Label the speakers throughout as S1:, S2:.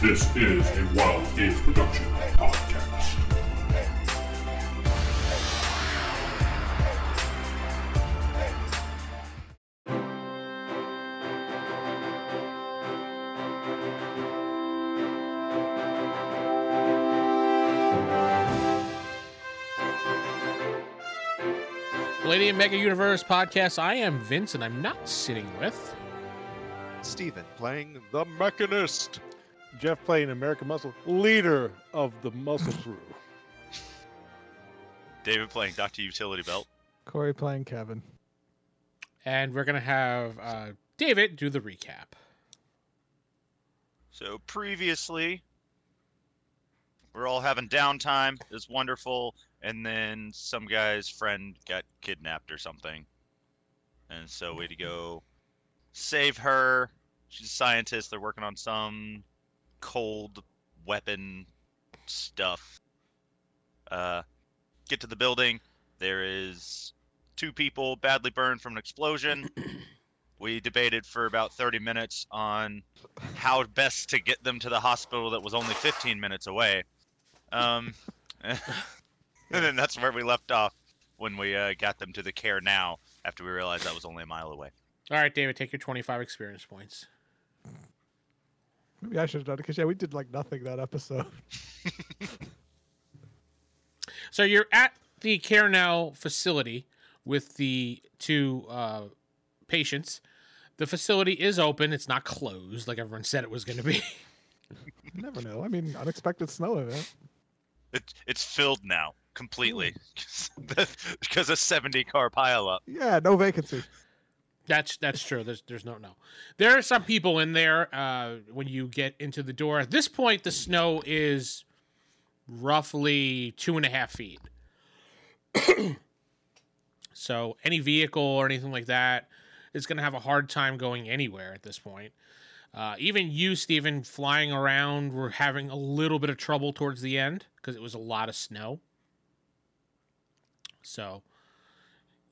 S1: This is a Wild Game Production podcast.
S2: Palladium Mega Universe podcast. I am Vince, and I'm not sitting with.
S3: Steven playing the mechanist.
S4: Jeff playing American Muscle, leader of the Muscle Crew.
S5: David playing Dr. Utility Belt.
S6: Corey playing Kevin.
S2: And we're going to have uh, David do the recap.
S5: So previously, we're all having downtime. It's wonderful. And then some guy's friend got kidnapped or something. And so we had to go save her. She's a scientist. They're working on some cold weapon stuff. Uh, get to the building. There is two people badly burned from an explosion. we debated for about 30 minutes on how best to get them to the hospital that was only 15 minutes away. Um, and then that's where we left off when we uh, got them to the care now after we realized that was only a mile away.
S2: All right, David, take your 25 experience points.
S6: Maybe I should have done it because yeah, we did like nothing that episode.
S2: So you're at the Care Now facility with the two uh, patients. The facility is open. It's not closed like everyone said it was going to be.
S6: You never know. I mean, unexpected snow event.
S5: It, it's filled now completely because a 70 car pileup.
S6: Yeah, no vacancy.
S2: That's that's true. There's there's no no. There are some people in there uh, when you get into the door. At this point, the snow is roughly two and a half feet. so any vehicle or anything like that is going to have a hard time going anywhere at this point. Uh, even you, Stephen, flying around, were having a little bit of trouble towards the end because it was a lot of snow. So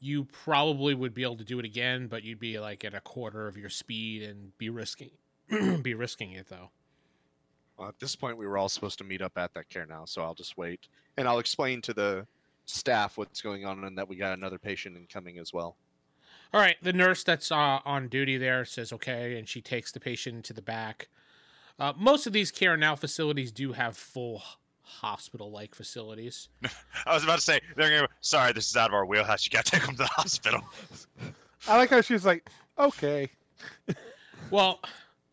S2: you probably would be able to do it again, but you'd be like at a quarter of your speed and be risking be risking it though.
S3: Well, at this point, we were all supposed to meet up at that care now, so I'll just wait and I'll explain to the staff what's going on and that we got another patient incoming as well.
S2: All right, the nurse that's uh, on duty there says okay, and she takes the patient to the back. Uh, most of these care now facilities do have full hospital like facilities.
S5: I was about to say, they're gonna, go, sorry, this is out of our wheelhouse. You got to take them to the hospital.
S4: I like how she's like, okay.
S2: Well,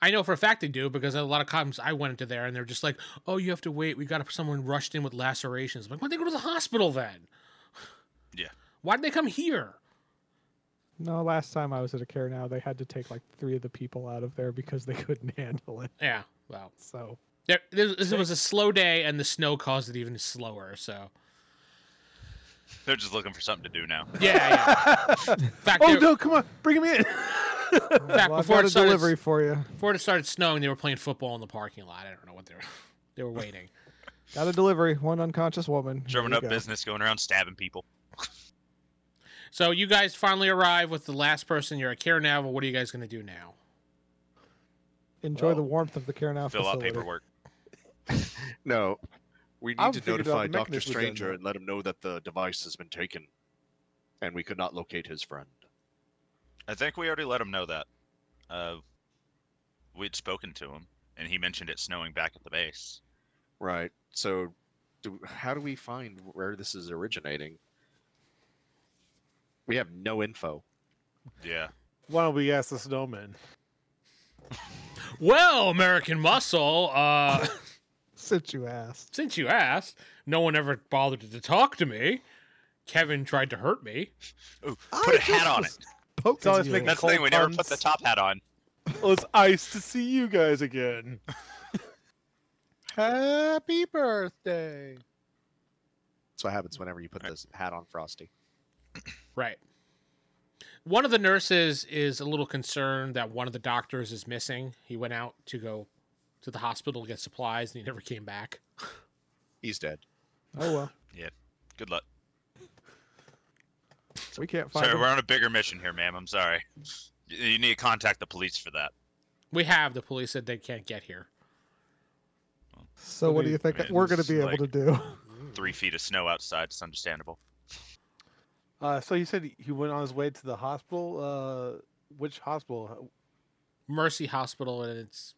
S2: I know for a fact they do because a lot of times I went into there and they're just like, "Oh, you have to wait. We got someone rushed in with lacerations." I'm like, why'd they go to the hospital then?
S5: Yeah.
S2: Why'd they come here?
S6: No, last time I was at a care now, they had to take like three of the people out of there because they couldn't handle it.
S2: Yeah. Well,
S6: So
S2: there, there, this was a slow day, and the snow caused it even slower. So
S5: They're just looking for something to do now.
S2: yeah. yeah. In fact,
S4: Oh
S2: there-
S4: no, come on, bring him in.
S2: Back
S6: Well,
S2: before
S6: I've
S2: it
S6: got a
S2: started-
S6: delivery for you.
S2: before it started snowing, they were playing football in the parking lot. I don't know what they were. They were waiting.
S6: Got a delivery. One unconscious woman. Here
S5: Drumming
S6: you
S5: up
S6: go.
S5: business, going around stabbing people.
S2: So you guys finally arrive with the last person. You're at Care Now. What are you guys going to do now?
S6: Enjoy the warmth of the care now
S5: Fill out
S6: facility.
S5: paperwork.
S3: No, we need
S4: I'm
S3: to
S4: figured out
S3: notify
S4: the
S3: Doctor
S4: mechanism then.
S3: Stranger and let him know that the device has been taken, and we could not locate his friend.
S5: I think we already let him know that. Uh, we'd spoken to him, and he mentioned it snowing back at the base.
S3: Right. So, do, how do we find where this is originating? We have no info.
S5: Yeah.
S4: Why don't we ask the snowman?
S2: Well, American Muscle. Uh,
S6: Since you asked.
S2: since you asked, no one ever bothered to talk to me. Kevin tried to hurt me.
S5: Ooh, put a
S6: I
S5: hat
S6: just
S5: on
S6: was
S5: it.
S6: poking
S4: It's always
S6: you.
S4: making-
S5: That's the thing. We never put the
S4: Cold
S5: top hat on.
S4: Well, it's ice to see you guys again.
S3: Happy birthday. That's what
S4: Mm.
S3: happens whenever you put this hat on Frosty.
S2: Right. One of the nurses is a little concerned that one of the doctors is missing. He went out to go to the hospital to get supplies and he never came back.
S3: He's dead.
S6: Oh well,
S5: Good luck.
S6: we can't find
S5: Sorry,
S6: him.
S5: we're on a bigger mission here, ma'am. I'm sorry. You, you need to contact the police for that.
S2: We have. The police said they can't get here.
S6: So what do you think that we're going to
S5: It's
S6: be able
S5: like-
S6: to do?
S5: Three feet of snow outside. It's understandable.
S4: Uh, so you said he- he went on his way to the hospital. Uh, which hospital?
S2: Mercy Hospital, and it's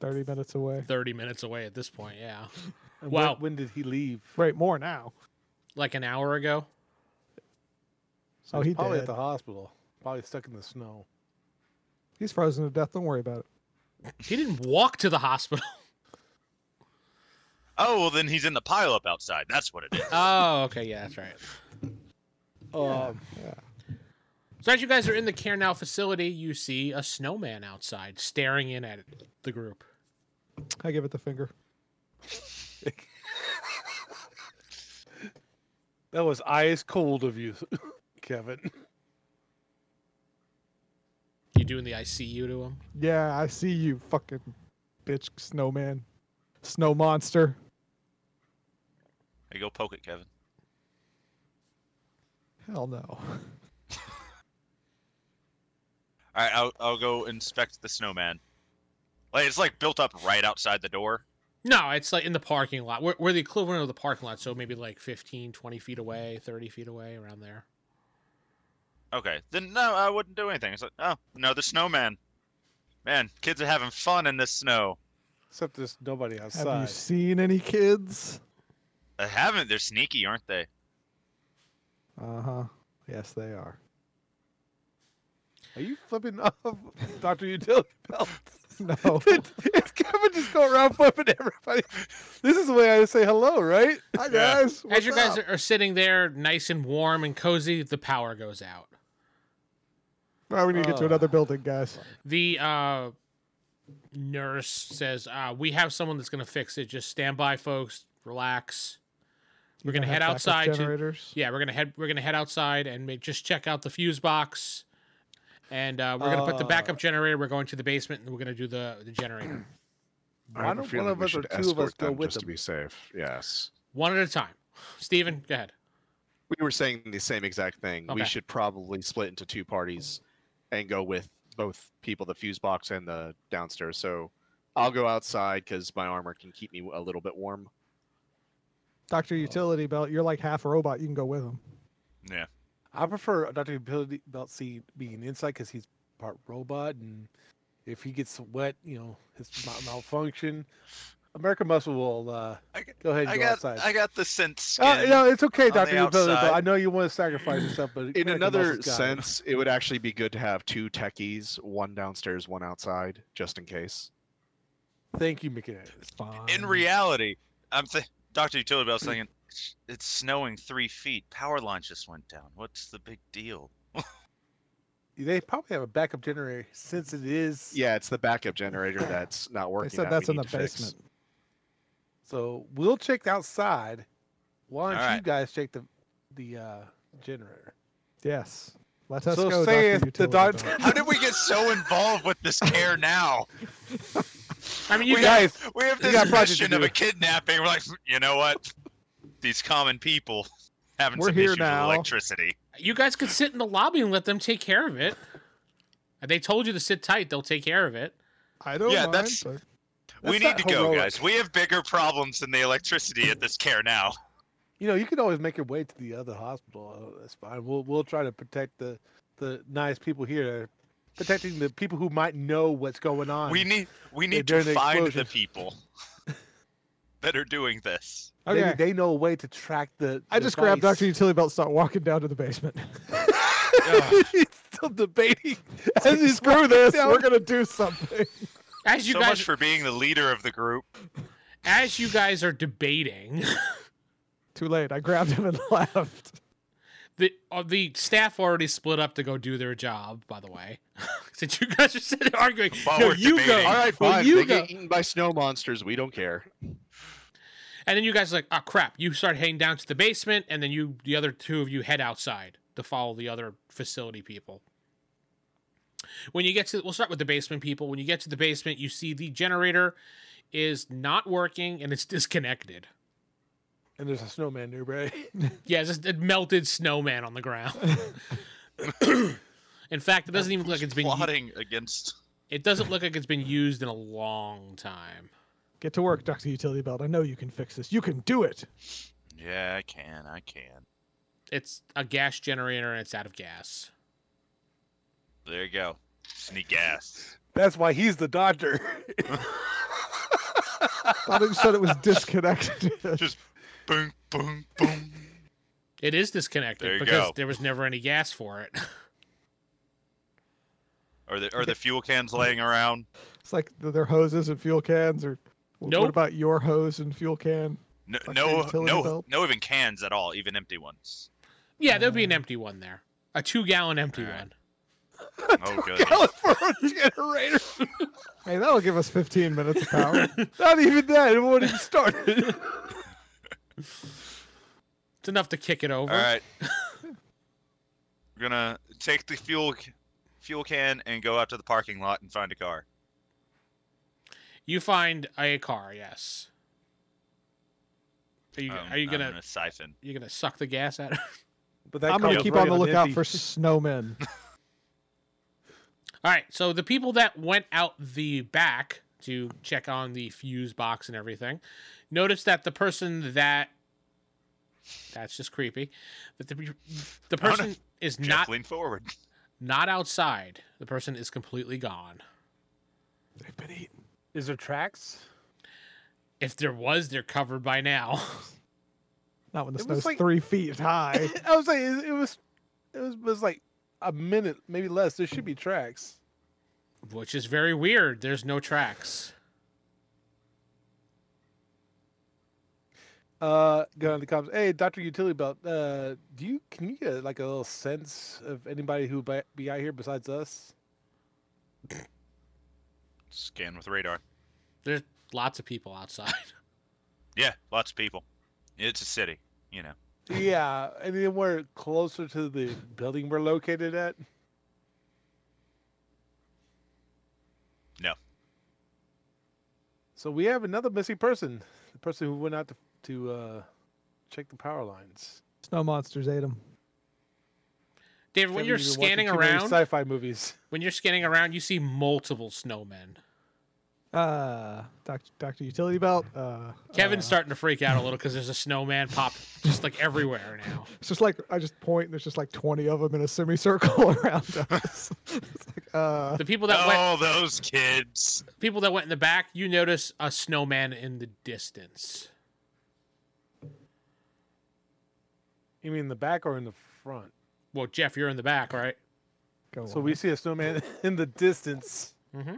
S6: Thirty minutes away.
S2: 30 minutes away at this point. Yeah.
S4: And
S2: Wow.
S4: When, when did he leave?
S6: Right, more now.
S2: Like an hour ago.
S4: So
S6: Oh,
S4: he's
S6: he
S4: probably
S6: did.
S4: at the hospital. Probably stuck in the snow.
S6: He's frozen to death. Don't worry about it.
S2: He didn't walk to the hospital.
S5: Oh well, then he's in the pileup outside. That's what it is.
S2: Oh, okay. Yeah, that's right.
S4: Um,
S2: So as you guys are in the Care Now facility, you see a snowman outside staring in at the group.
S6: I give it the finger.
S4: that was ice cold of you, Kevin.
S2: You doing the ICU to him?
S6: Yeah, I see you, fucking bitch, snowman, snow monster.
S5: Hey, go poke it, Kevin.
S6: Hell no.
S5: All right, I'll I'll go inspect the snowman. Like it's like built up right outside the door.
S2: No, it's like in the parking lot. We're, we're the equivalent of the parking lot, so maybe like 15, 20 feet away, 30 feet away, around there.
S5: Okay, then no, I wouldn't do anything. It's like oh no, the snowman. Man, kids are having fun in this snow.
S4: Except there's nobody
S6: Have you
S4: outside.
S6: seen any kids?
S5: I haven't. They're sneaky, aren't they?
S6: Uh huh. Yes, they are.
S4: Are you flipping off Doctor Utility Belt?
S6: No.
S4: it's Kevin just going around flipping everybody. This is the way I say hello, right?
S6: Hi
S5: Yeah.
S6: guys.
S2: as you guys are, are sitting there, nice and warm and cozy, the power goes out.
S6: we need to get to another
S4: Uh,
S6: building, guys.
S2: The uh, nurse says, uh, "We have someone that's going to fix it. Just stand by, folks. Relax. We're
S6: You
S2: going to
S6: have
S2: head
S6: backup
S2: outside to
S6: Generators.
S2: Yeah, we're gonna head. We're gonna head outside and make, just check out the fuse box, and uh, we're gonna put the
S4: Uh,
S2: backup generator. We're going to the basement, and we're gonna do the the generator
S4: Why don't one of us or two of us go with
S3: just to
S4: them?
S3: be safe. Yes.
S2: one at a time. Steven, go ahead.
S3: We were saying the same exact thing.
S2: Okay.
S3: We should probably split into two parties and go with both people, the fuse box and the downstairs. So I'll go outside because my armor can keep me a little bit warm.
S4: Oh.
S6: Doctor Utility Belt, you're like half a robot. You can go with him.
S5: Yeah.
S4: I prefer Doctor Utility Belt C being inside because he's part robot, and if he gets wet, you know his mal- malfunction. American Muscle will uh,
S5: I g-
S4: go ahead and
S5: I
S4: go
S5: got
S4: outside.
S5: I got the scent skin.
S4: Uh, no, it's okay,
S5: on the
S4: Doctor Utility Belt.
S5: outside.
S4: I know you want to sacrifice yourself, but
S3: In
S4: American
S3: another
S4: Muscle's got it.
S3: sense, it would actually be good to have two techies, one downstairs, one outside, just in case.
S4: thank you, Mickey.
S6: It's fine.
S5: In reality, I'm th- Doctor Utility Bell's thinking it's snowing three feet. Power lines just went down. What's the big deal?
S4: They probably have a backup generator since it is.
S3: Yeah, it's the backup generator that's not
S6: they
S3: working.
S6: said
S3: out,
S6: that's
S3: we
S6: in the
S3: need to fix.
S6: basement.
S4: So we'll check outside. Why don't
S5: All
S4: you
S5: right.
S4: guys check the the uh, generator?
S6: Yes. Let us
S4: so
S6: go, Doctor
S4: saith the
S6: Utility
S4: doctor.
S6: Belt.
S5: How did we get so involved with this care now?
S2: I mean, you
S5: We
S2: guys.
S4: guys,
S5: We have
S4: We
S5: this
S4: got a project to
S5: question of
S4: do.
S5: a kidnapping. We're like, you know what? These common people having
S6: We're
S5: some
S6: here
S5: issues
S6: now.
S5: with electricity.
S2: You guys could sit in the lobby and let them take care of it. They told you to sit tight. They'll take care of it.
S6: I don't
S5: Yeah,
S6: mind,
S5: that's-
S6: but-
S5: we
S4: That's
S5: need
S4: not
S5: to go,
S4: heroic.
S5: guys. We have bigger problems than the electricity at this care now.
S4: you know, you can always make your way to the other hospital. Uh, That's fine. We'll we'll try to protect the the nice people here, protecting the people who might know what's going on.
S5: We need we need to
S4: during the
S5: find the
S4: explosion.
S5: people that are doing this.
S4: Maybe
S6: okay.
S4: they know a way to track the.
S6: I
S4: the
S6: just grabbed
S4: device.
S6: Doctor Utility Belt, and start walking down to the basement.
S4: He's still debating.
S6: As you screw this,
S4: down.
S6: we're gonna do something.
S2: As you
S5: so
S2: guys,
S5: much for being the leader of the group.
S2: as you guys are debating,
S6: Too late. I grabbed him and left.
S2: the uh, the staff already split up to go do their job. By the way, since you guys are sitting there arguing,
S5: While
S2: no,
S5: we're
S2: you
S5: debating.
S2: go.
S3: All right,
S2: Well,
S3: fine.
S2: you
S3: they
S2: go-
S3: get eaten by snow monsters. We don't care.
S2: And then you guys are like, oh crap. You start heading down to the basement, and then you the other two of you head outside to follow the other facility people. When you get to we'll start with the basement people. When you get to the basement, you see the generator is not working and it's disconnected.
S4: And there's a snowman nearby.
S2: Yeah, it's just a melted snowman on the ground. In fact, it doesn't even look like it's been
S5: plotting against.
S2: it doesn't look like it's been used in a long time.
S6: Get to work, Doctor Utility Belt. I know you can fix this. You can do it.
S5: Yeah, I can. I can.
S2: It's a gas generator and it's out of gas.
S5: There you go. Sneak gas.
S4: That's why he's the doctor.
S6: Thought it said it was disconnected.
S5: Just boom, boom, boom.
S2: It is
S5: There
S2: disconnected
S5: you
S2: because
S5: go.
S2: there was never any gas for it.
S5: Are the are the fuel cans laying around?
S6: it's like th- their hoses and fuel cans, or wh-
S2: Nope.
S6: what about your hose and fuel can?
S5: No,
S6: Like the
S5: no,
S6: utility
S5: no,
S6: belt?
S5: no, even cans at all, even empty ones.
S2: yeah, there'd
S5: Mm.
S2: be an empty one there. A two gallon empty
S5: Alright.
S2: one.
S5: Oh, good.
S4: for a generator.
S6: Hey, that'll give us 15 minutes of power.
S4: Not even that. It won't even start.
S2: It's enough to kick it over.
S5: All right. We're gonna take the fuel c- fuel can and go out to the parking lot and find a car.
S2: You find a car, yes. Are you,
S5: Um,
S2: are you
S5: I'm
S2: gonna,
S5: siphon?
S2: you gonna suck the gas out? of
S4: But that
S6: I'm gonna
S4: car's
S6: keep
S4: right
S6: on the lookout
S4: empty.
S6: for snowmen.
S2: All right, so the people that went out the back to check on the fuse box and everything noticed that the person that that's just creepy. That the the
S5: no.
S2: person is
S5: Jeff,
S2: not
S5: lean forward.
S2: not outside. The person is completely gone.
S6: They've been eaten.
S4: Is there tracks?
S2: If there was, they're covered by now.
S6: Not when the
S4: It was
S6: snow's
S4: like-
S6: three feet high.
S4: I was like, it, it was, it was, was like a minute, maybe less. There should be tracks.
S2: Which is very weird. There's no tracks.
S4: Uh, go on the comms. Hey, Doctor Utility Belt. Uh, do you can you get like a little sense of anybody who might be out here besides us?
S5: Scan with radar.
S2: There's lots of people outside.
S5: Yeah, lots of people. It's a city, you know.
S4: Yeah, anywhere closer to the building we're located at.
S5: No.
S4: So we have another missing person. The person who went out to to uh, check the power lines.
S6: Snow monsters ate them.
S2: David, when
S4: Haven't
S2: you're
S4: even watching
S2: scanning
S4: too many
S2: around,
S4: sci-fi movies.
S2: when you're scanning around, you see multiple snowmen.
S6: Uh, Doctor Doctor Utility Belt. Uh,
S2: Kevin's
S6: uh,
S2: starting to freak out a little because there's a snowman pop just like everywhere now.
S6: It's just like I just point. And there's just like 20 of them in a semicircle around us. it's like, uh,
S2: The people that went,
S5: oh, those kids.
S2: people that went in the back, you notice a snowman in the distance.
S4: You mean the back or in the front?
S2: Well, Jeff, you're in the back, right?
S6: go
S4: So
S6: on.
S4: we see a snowman in the distance
S2: Mm-hmm.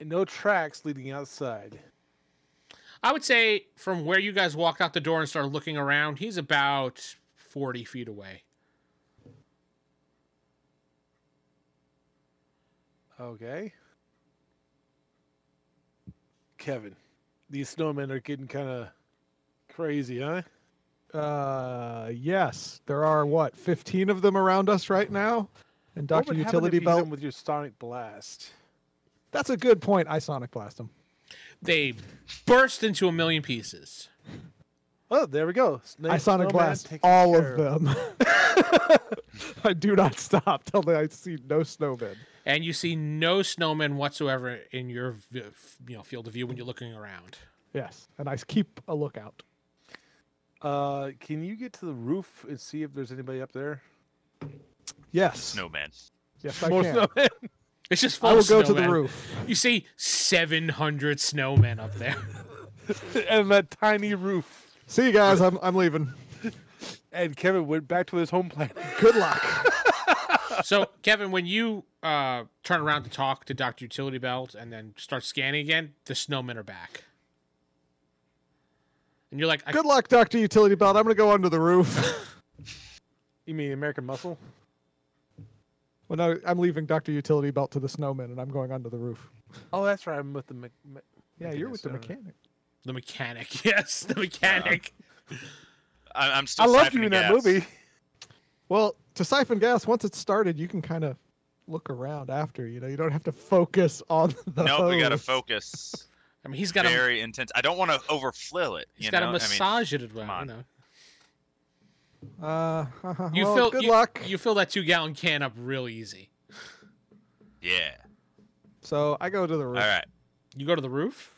S4: and no tracks leading outside.
S2: I would say from where you guys walked out the door and started looking around, he's about forty feet away.
S4: Okay. Kevin, these snowmen are getting kind of crazy, huh?
S6: Uh, yes, there are what 15 of them around us right now, and
S4: What
S6: Doctor
S4: would happen
S6: Utility
S4: if you hit 'em
S6: Belt.
S4: with your sonic blast.
S6: That's a good point. I sonic blast them.
S2: They burst into a million pieces.
S4: Oh, there we go. Sna-
S6: I sonic
S4: snowman
S6: blast
S4: taken
S6: all
S4: care
S6: of them. I do not stop till I see no snowmen.
S2: And you see no snowmen whatsoever in your vi- f- you know field of view when you're looking around.
S6: Yes, and I keep a lookout.
S4: Uh, can you get to the roof and see if there's anybody up there?
S6: Yes,
S5: Snowman.
S6: yes, I
S4: More
S6: can.
S4: snowmen.
S2: It's just full
S6: I will
S2: of
S6: go to the
S2: snowmen.
S6: roof.
S2: You see 700 snowmen up there.
S4: and that tiny roof.
S6: See you guys. I'm I'm leaving.
S4: And Kevin went back to his home planet.
S6: Good luck.
S2: so kevin when you uh, turn around to talk to dr utility belt and then start scanning again the snowmen are back and you're like I,
S6: Good luck, Doctor Utility Belt. I'm gonna go under the roof.
S4: You mean American Muscle?
S6: well, no, I'm leaving Doctor Utility Belt to the snowmen, and I'm going under the roof.
S4: Oh, that's right. I'm with the. Mc- Mc-
S6: Yeah,
S4: Okay,
S6: you're with the
S4: so-
S6: mechanic.
S2: the mechanic yes the mechanic
S5: I, I'm
S4: I
S5: still.
S4: loved you
S5: siphoning
S4: in that
S5: gas.
S4: movie.
S6: Well, to siphon gas, once it's started, you can kind of look around after. You know, you don't have to focus on the.
S5: No, we gotta
S6: hose.
S5: focus.
S2: i mean he's got a
S5: Very intense. I don't want to overflow it.
S2: he's
S5: you
S2: got
S5: know?
S2: to
S5: I mean,
S2: massage it
S5: come
S2: well, you
S5: on.
S2: know
S6: Uh,
S2: you
S6: Oh, well,
S2: fill
S6: good
S2: you,
S6: luck.
S2: you fill that two gallon can up real easy
S5: yeah.
S6: So I go to the
S5: All
S6: roof.
S5: right.
S2: you go to the roof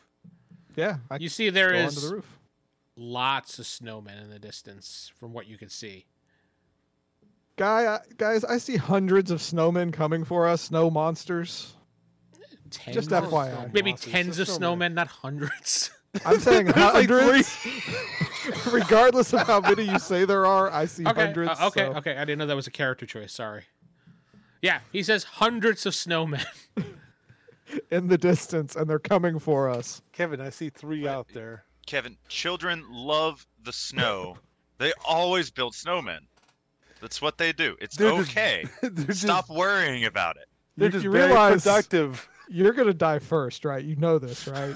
S6: Yeah, I
S2: You see, there
S6: go
S2: is
S6: onto the roof.
S2: lots of snowmen in the distance from what you could see.
S6: Guy, I, guys, I see hundreds of snowmen coming for us. Snow monsters.
S2: Tens
S6: Just
S2: of-
S6: FYI.
S4: Snow
S2: Maybe
S4: monsters,
S2: tens
S4: they're
S2: of snowmen, not hundreds.
S6: I'm saying
S4: There's like
S6: hundreds. Regardless of how many you say there are, I see
S2: okay,
S6: hundreds.
S2: uh, okay,
S6: so-
S2: okay. I didn't know that was a character choice. Sorry. Yeah, he says hundreds of snowmen.
S6: in the distance and they're coming for us.
S4: Kevin, I see three out there.
S5: Kevin, children love the snow. they always build snowmen. That's what they do. It's
S4: They're just-
S5: okay.
S4: they're just,
S5: Stop worrying about it.
S4: They're
S6: You-
S4: just
S6: you
S4: very
S6: realize-
S4: productive.
S6: You're going to die first, right? You know this, right?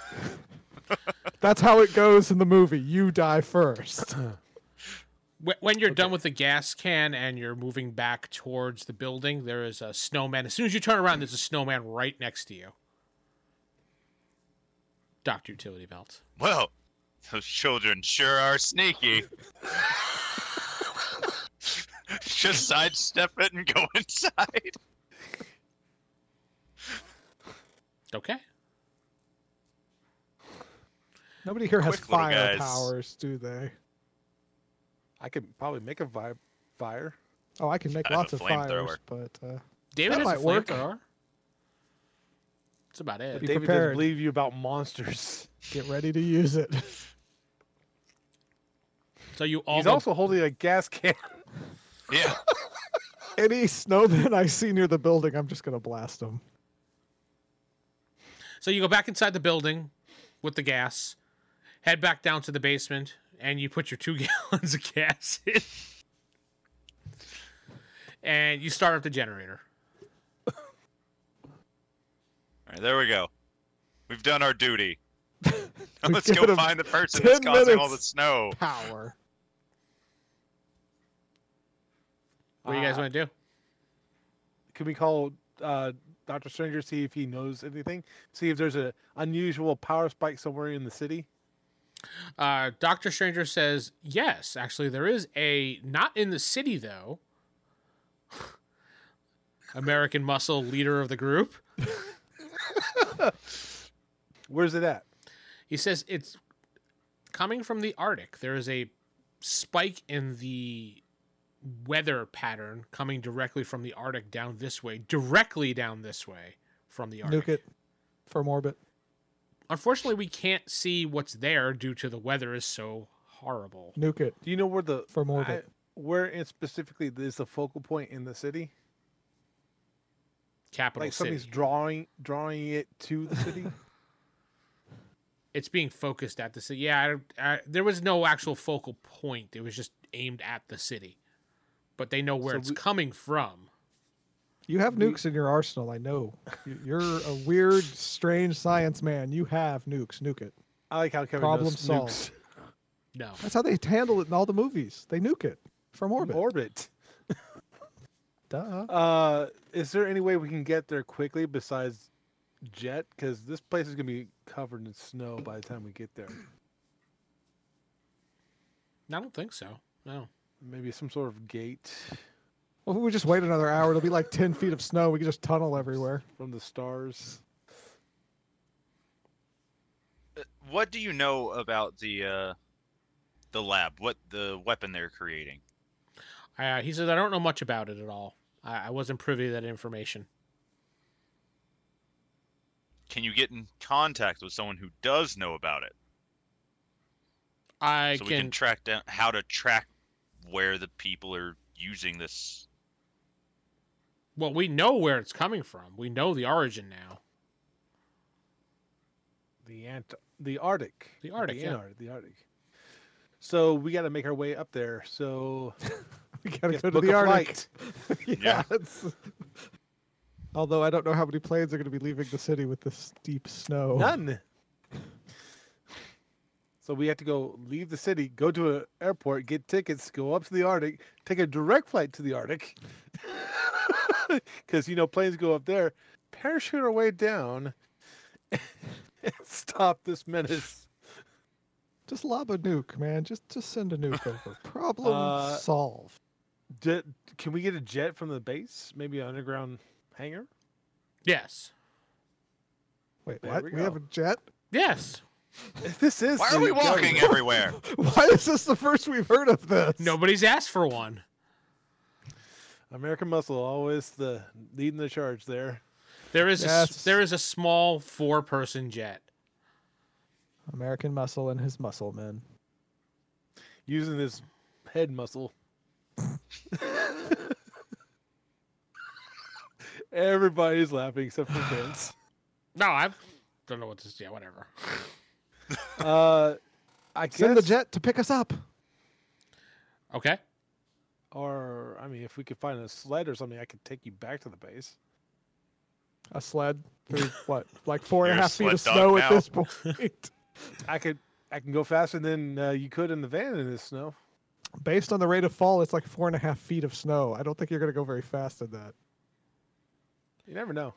S6: That's how it goes in the movie. You die first.
S2: Wh- When you're done with the gas can and you're moving back towards the building, there is a snowman. As soon as you turn around, there's a snowman right next to you. Doctor Utility Belt.
S5: Well, those children sure are sneaky. Just sidestep it and go inside.
S2: Okay.
S6: Nobody here has
S5: Quick little
S6: fire
S5: guys.
S6: powers, do they?
S4: I could probably make a vi- fire.
S6: Oh, I can make
S5: I have a
S6: lots of fires,
S5: flamethrower.
S6: but uh,
S2: David has
S6: That
S2: a
S6: might work.
S2: flamethrower. That's about it.
S4: But
S6: Be
S4: David
S6: prepared.
S4: doesn't believe you about monsters.
S6: get ready to use it.
S2: So you all
S4: He's
S2: go-
S4: also holding a gas can.
S5: Yeah.
S6: Any snowman I see near the building, I'm just going to blast them.
S2: so you go back inside the building with the gas, head back down to the basement, and you put your two gallons of gas in, and you start up the generator.
S5: All right, there we go. We've done our duty. Now
S6: We've
S5: let's go
S6: given 'em
S5: find the person
S6: 10
S5: that's causing all the
S6: minutes.
S5: snow.
S6: Power.
S2: What do you guys
S4: Ah.
S2: want to do?
S4: Can we call uh, Doctor Stranger see if he knows anything? See if there's an unusual power spike somewhere in the city.
S2: Uh, Doctor Stranger says yes. Actually, there is a not in the city though. American Muscle, leader of the group,
S4: Where's it at?
S2: He says it's coming from the Arctic. There is a spike in the weather pattern coming directly from the Arctic down this way, directly down this way from the Arctic.
S6: Nuke it from orbit.
S2: Unfortunately, we can't see what's there due to the weather is so horrible.
S6: Nuke it
S4: Do you know where the
S6: from
S4: I-
S6: orbit.
S4: where in specifically is the focal point in the city?
S2: Capital
S4: like
S2: city.
S4: somebody's drawing drawing it to the city.
S2: It's being focused at the city. Yeah, I, I, there was no actual focal point. It was just aimed at the city. But they know where
S4: So
S2: it's
S4: we-
S2: coming from.
S6: You have
S4: we-
S6: nukes in your arsenal, I know. You- You're a weird, strange science man. You have nukes. Nuke it.
S4: I like how Kevin
S6: Problem
S4: knows nukes.
S2: No.
S6: That's how they handle it in all the movies. They nuke it from orbit.
S4: Orbit.
S6: Duh.
S4: Uh, is there any way we can get there quickly besides jet? Because this place is gonna be covered in snow by the time we get there.
S2: I don't think so. No.
S4: Maybe some sort of gate
S6: Well, if we just wait another hour, it'll be like 10 feet of snow. We can just tunnel everywhere.
S4: from the stars.
S5: Uh, What do you know about the uh, the lab? What the weapon they're creating?
S2: Uh, he says, I don't know much about it at all. I, I wasn't privy to that information.
S5: Can you get in contact with someone who does know about it,
S2: I
S5: so we
S2: can,
S5: can track down how to track where the people are using this?
S2: well, we know where it's coming from. We know the origin now.
S4: The Ant, the Arctic,
S2: The Arctic,
S4: the
S2: yeah.
S4: Antarctic, the Arctic. So we got to make our way up there. So
S6: We gotta
S4: guess
S6: go to
S4: book
S6: the
S4: a
S6: Arctic.
S4: flight.
S6: yeah. it's- Although I don't know how many planes are going to be leaving the city with this deep snow.
S4: None. Oh. So we have to go leave the city, go to an airport, get tickets, go up to the Arctic, take a direct flight to the Arctic. Because, you know, planes go up there, parachute our way down, and stop this menace.
S6: Just lob a nuke, man. Just just send a nuke over. Problem
S4: Uh,
S6: solved.
S4: D- can we get a jet from the base? Maybe an underground hangar?
S2: Yes.
S6: Wait,
S4: there
S6: what?
S4: we
S6: We have a
S4: go.
S6: jet?
S2: Yes.
S4: This is.
S5: Why are we
S4: the
S5: walking
S4: government.
S5: everywhere?
S6: Why is this the first we've heard of this?
S2: Nobody's asked for one.
S4: American Muscle always the leading the charge there.
S2: There is a s
S6: Yes.
S2: there is a small four person jet.
S6: American Muscle and his muscle men.
S4: using his head muscle. Everybody's laughing except for Vince.
S2: No, I don't know what this. Yeah, whatever.
S4: Uh, I guess,
S6: Send the jet to pick us up.
S2: Okay.
S4: or I mean, if we could find a sled or something, I could take you back to the base.
S6: A sled through what, like four and a
S5: You're a
S6: half feet of
S5: sled dog
S6: snow
S5: now.
S6: at this point.
S4: I could, I can go faster than uh, you could in the van in this snow.
S6: Based on the rate of fall, it's like four and a half feet of snow. I don't think you're gonna go very fast in that.
S4: You never know.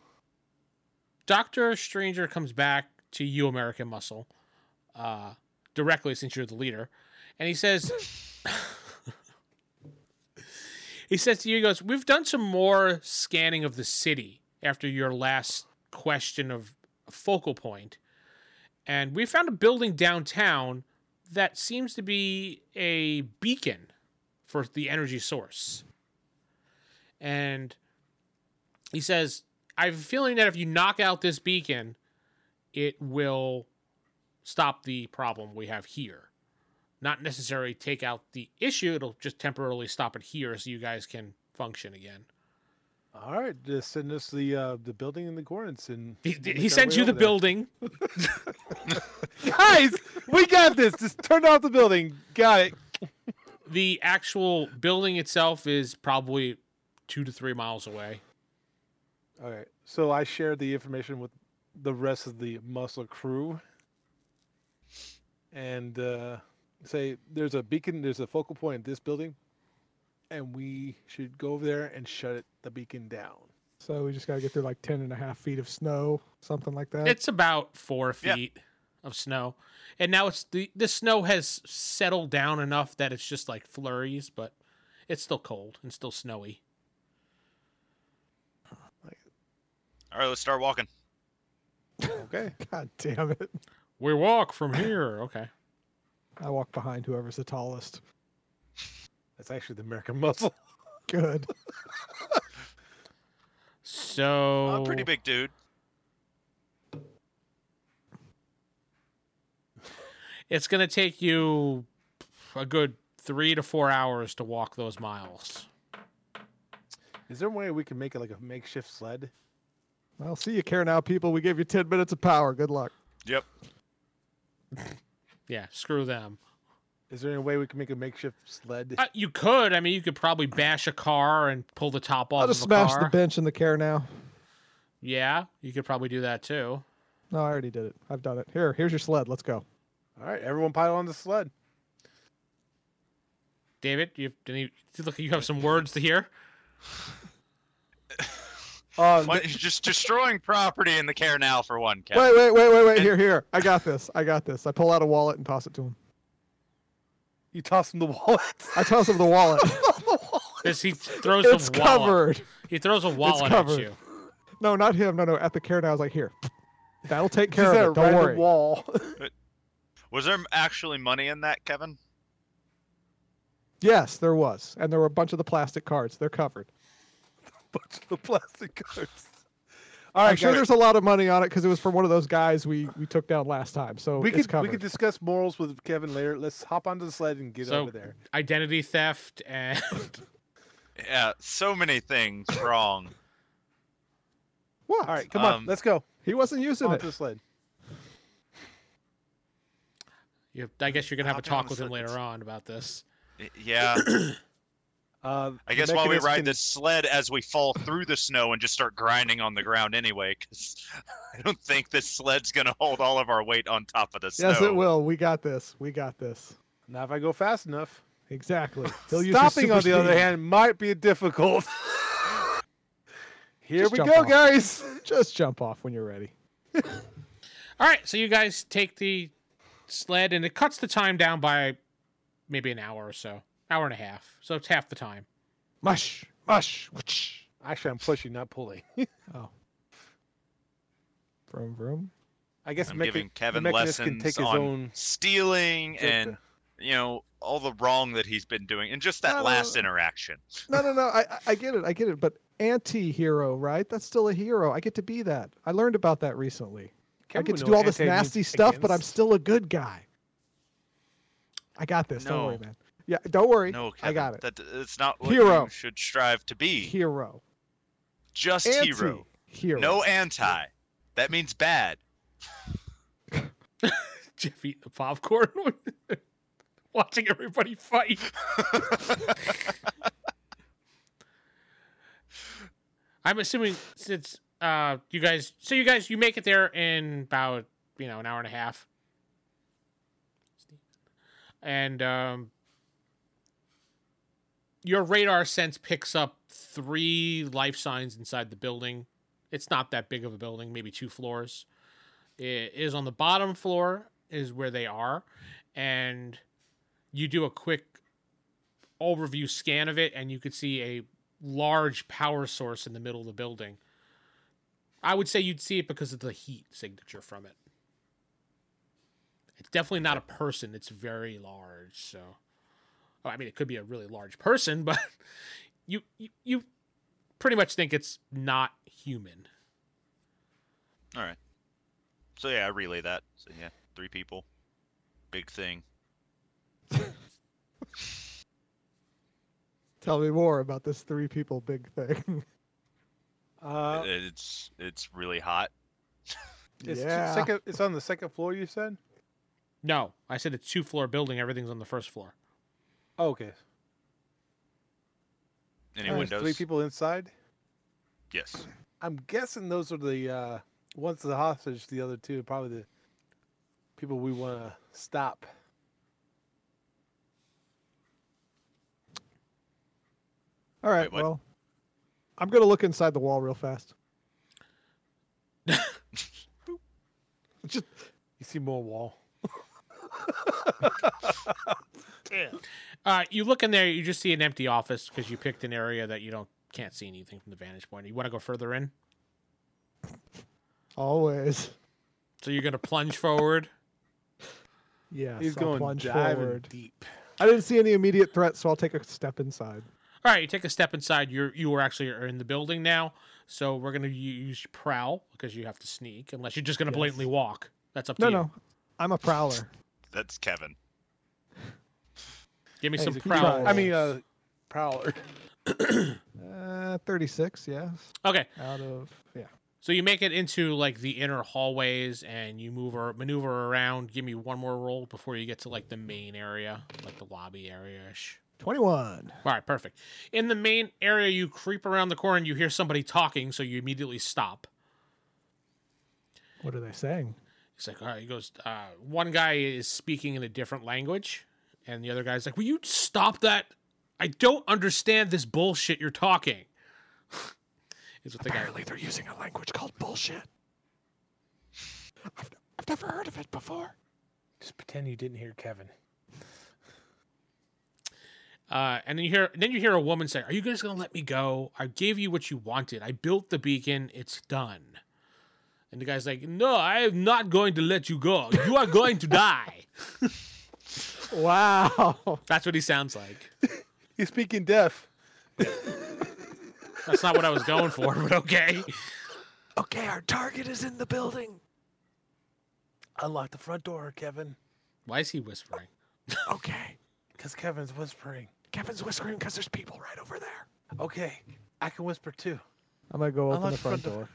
S2: Doctor Stranger comes back to you, American Muscle, uh, directly since you're the leader, and he says, he says to you, he goes, "We've done some more scanning of the city after your last question of focal point, and we found a building downtown that seems to be a beacon for the energy source." And he says, I have a feeling that if you knock out this beacon, it will stop the problem we have here. Not necessarily take out the issue, it'll just temporarily stop it here so you guys can function again.
S4: All right, just send us the uh, the building and the coordinates, and
S2: He,
S4: we'll
S2: he
S4: make our
S2: sends
S4: way
S2: you the
S4: over there.
S2: building.
S4: Guys, we got this. Just turn off the building. Got it.
S2: The actual building itself is probably two to three miles away.
S4: All right. So I shared the information with the rest of the muscle crew and uh, say there's a beacon, there's a focal point in this building, and we should go over there and shut it, the beacon down.
S6: So we just gotta get through like ten and a half feet of snow, something like that.
S2: It's about four
S5: Yeah.
S2: feet of snow. And now it's the, the snow has settled down enough that it's just like flurries, but it's still cold and still snowy.
S5: All right, let's start walking.
S4: Okay.
S6: God damn it.
S2: We walk from here. Okay.
S6: I walk behind whoever's the tallest.
S4: That's actually the American muscle.
S6: Good.
S2: So
S5: I'm a Uh, pretty big dude.
S2: It's gonna take you a good three to four hours to walk those miles.
S4: Is there a way we can make it like a makeshift sled?
S6: Well, see you care now, people. We gave you ten minutes of power. Good luck.
S2: Yeah, screw them.
S4: Is there any way we can make a makeshift sled?
S2: Uh, you could. I mean, you could probably bash a car and pull the top off
S6: I'll just
S2: of a
S6: smash
S2: car.
S6: the bench in the care now.
S2: yeah, you could probably do that too.
S6: No, I already did it. I've done it. Here, here's your sled. Let's go.
S4: All right, everyone pile on the sled.
S2: David, you have any, look. You have some words to hear.
S4: Uh,
S6: Um,
S5: Why- just destroying property in the care now for one, Kevin.
S6: Wait, wait, wait, wait, wait.
S5: And-
S6: Here, here. I got this. I got this. I pull out a wallet and toss it to him.
S4: you toss him the wallet.
S6: I toss him the wallet.
S2: As he throws
S6: it's
S2: the wallet.
S6: covered.
S2: He throws a wallet at
S6: covered.
S2: you.
S6: No, not him. No, no. At the care now, I was like, here. That'll take care
S4: Just
S6: of
S4: that
S6: it. Don't
S4: random
S6: worry.
S4: Wall.
S5: Was there actually money in that, Kevin?
S6: Yes, there was, and there were a bunch of the plastic cards. They're covered.
S4: bunch of the plastic cards. All right,
S6: I'm sure
S4: guys,
S6: there's a lot of money on it because it was from one of those guys we we took down last time. So Oh,
S4: we
S6: it's
S4: could
S6: covered.
S4: we could discuss morals with Kevin later. Let's hop onto the sled and get
S2: So-
S4: over there.
S2: Identity theft and
S5: Yeah, so many things wrong.
S6: What?
S4: All right, come on,
S5: Um,
S4: let's go
S6: He wasn't using it.
S4: onto the sled.
S2: you, I guess you're gonna have a
S5: Hopping on
S2: talk
S5: the
S2: with him
S5: sled.
S2: later on about this.
S5: Y- Yeah,
S4: Uh,
S5: I
S4: the
S5: guess while we
S4: mechanist
S5: ride
S4: can-
S5: this sled as we fall through the snow and just start grinding on the ground anyway, because I don't think this sled's gonna hold all of our weight on top of the snow.
S6: Yes, it will. We got this. We got this.
S4: Now, if I go fast enough,
S6: Exactly. He'll use his
S4: stopping on the
S6: super
S4: other
S6: speed.
S4: hand might be difficult. Here
S6: Just
S4: we
S6: jump
S4: go,
S6: off.
S4: guys.
S6: Just jump off when you're ready.
S2: All right, so you guys take the sled, and it cuts the time down by maybe an hour or so, hour and a half. So it's half the time.
S6: Mush, mush, whoosh.
S4: Actually, I'm pushing, not pulling.
S6: Oh. Vroom, vroom.
S4: I guess
S5: I'm
S4: Mecha-
S5: giving Kevin
S4: the Mechanist
S5: lessons
S4: can take his
S5: on
S4: own.
S5: stealing
S4: Sure.
S5: and you know all the wrong that he's been doing, and just that
S6: No, no,
S5: last
S6: no.
S5: interaction.
S6: No, no, no. I, I- I get it. I get it. But anti-hero, right? That's still a hero. I get to be that. I learned about that recently. I
S4: Kevin
S6: get
S4: would
S6: to
S4: know
S6: do all this
S4: anti means
S6: nasty stuff, but I'm
S4: against.
S6: still a good guy. I got this. Don't worry,
S5: No.
S6: man. Yeah, don't worry.
S5: No, Kevin,
S6: I got it.
S5: That it's not what
S6: Hero.
S5: you should strive to be.
S6: Hero.
S5: Just
S6: Anti.
S5: hero.
S6: Hero.
S5: No anti. That means bad.
S2: Jeff eating the popcorn, watching everybody fight. I'm assuming since uh, you guys, so you guys, you make it there in about you know an hour and a half, and um, your radar sense picks up three life signs inside the building. It's not that big of a building, maybe two floors. It is on the bottom floor is where they are, and you do a quick overview scan of it, and you could see a large power source in the middle of the building. I would say you'd see it because of the heat signature from it. It's definitely not a person. It's very large. So, oh, I mean, it could be a really large person, but you you, you pretty much think it's not human.
S5: All right. So yeah, I relay that. So yeah, three people, big thing.
S6: Tell me more about this three people big thing.
S4: Uh,
S5: It- it's it's really hot.
S4: it's, two-
S6: yeah.
S4: second, it's on the second floor, you said?
S2: No, I said it's two floor building. Everything's on the first floor.
S4: Oh, okay.
S5: Any
S4: There's
S5: windows?
S4: Three people inside?
S5: Yes.
S4: I'm guessing those are the uh, one's the hostage, the other two are probably the people we want to stop.
S6: All right.
S5: what?
S6: well, I'm gonna look inside the wall real fast. Just
S4: You see more wall.
S2: Uh, you look in there, you just see an empty office because you picked an area that you don't can't see anything from the vantage point. You want to go further in,
S6: always.
S2: so you're gonna plunge forward.
S6: Yes.
S4: He's
S6: I'll
S4: going
S6: plunge
S4: diving
S6: forward.
S4: deep.
S6: I didn't see any immediate threat, so I'll take a step inside.
S2: All right, you take a step inside. You're you are actually are in the building now, so we're gonna use prowl because you have to sneak unless you're just gonna
S6: Yes.
S2: blatantly walk. That's up to
S6: No,
S2: you.
S6: no, I'm a prowler.
S5: That's Kevin.
S2: Give me
S6: Hey,
S2: some
S6: he's a
S2: prowl.
S6: prowl.
S4: I mean, uh, prowler.
S6: Uh, 36, yes.
S2: Okay,
S6: Out of yeah.
S2: so you make it into like the inner hallways and you move or maneuver around. Give me one more roll before you get to like the main area, like the lobby area ish.
S6: 21.
S2: All right, perfect. In the main area, you creep around the corner and you hear somebody talking, so you immediately stop.
S6: What are they saying?
S2: He's like, all right, he goes, uh, one guy is speaking in a different language, and the other guy's like, will you stop that? I don't understand this bullshit you're talking. is what the guy.
S6: they're using a language called bullshit. I've, I've never heard of it before.
S4: Just pretend you didn't hear Kevin.
S2: Uh, and then you hear, then you hear a woman say, "Are you guys gonna let me go? I gave you what you wanted. I built the beacon. It's done." And the guy's like, "No, I am not going to let you go. You are going to die."
S6: Wow.
S2: That's what he sounds like.
S4: He's speaking deaf.
S2: That's not what I was going for, but okay.
S6: Okay, our target is in the building.
S4: Unlock the front door, Kevin,
S2: Why is he whispering?
S6: Okay.
S4: because Kevin's whispering.
S6: Kevin's whispering because there's people right over there.
S4: Okay, I can whisper too.
S6: I'm going to go open
S4: Unlock
S6: the front door.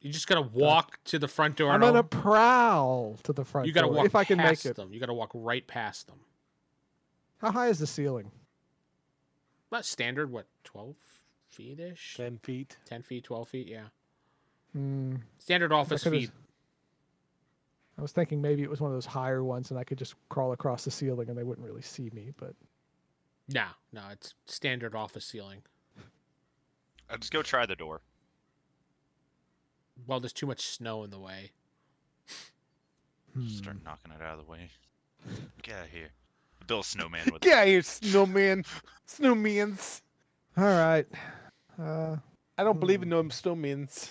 S2: You just gotta walk to the front door. and
S6: I'm going to
S2: open-
S6: prowl to the front
S2: you gotta
S6: door
S2: walk
S6: if I can make
S2: past
S6: it.
S2: them. You gotta walk right past them.
S6: How high is the ceiling?
S2: Not standard. What twelve feet ish?
S4: Ten feet.
S2: Ten feet, twelve feet. Yeah,
S6: Hmm.
S2: standard office
S6: could've-
S2: feet.
S6: I was thinking maybe it was one of those higher ones and I could just crawl across the ceiling and they wouldn't really see me, but
S2: No, no, it's standard office ceiling.
S5: I'll just go try the door.
S2: Well, there's too much snow in the way.
S4: Hmm.
S5: Start knocking it out of the way. Get out of here. Bill Snowman with
S4: Get out of here, snowman. Snowmans.
S6: All right. Uh,
S4: I don't believe in
S6: Hmm.
S4: no snowmans.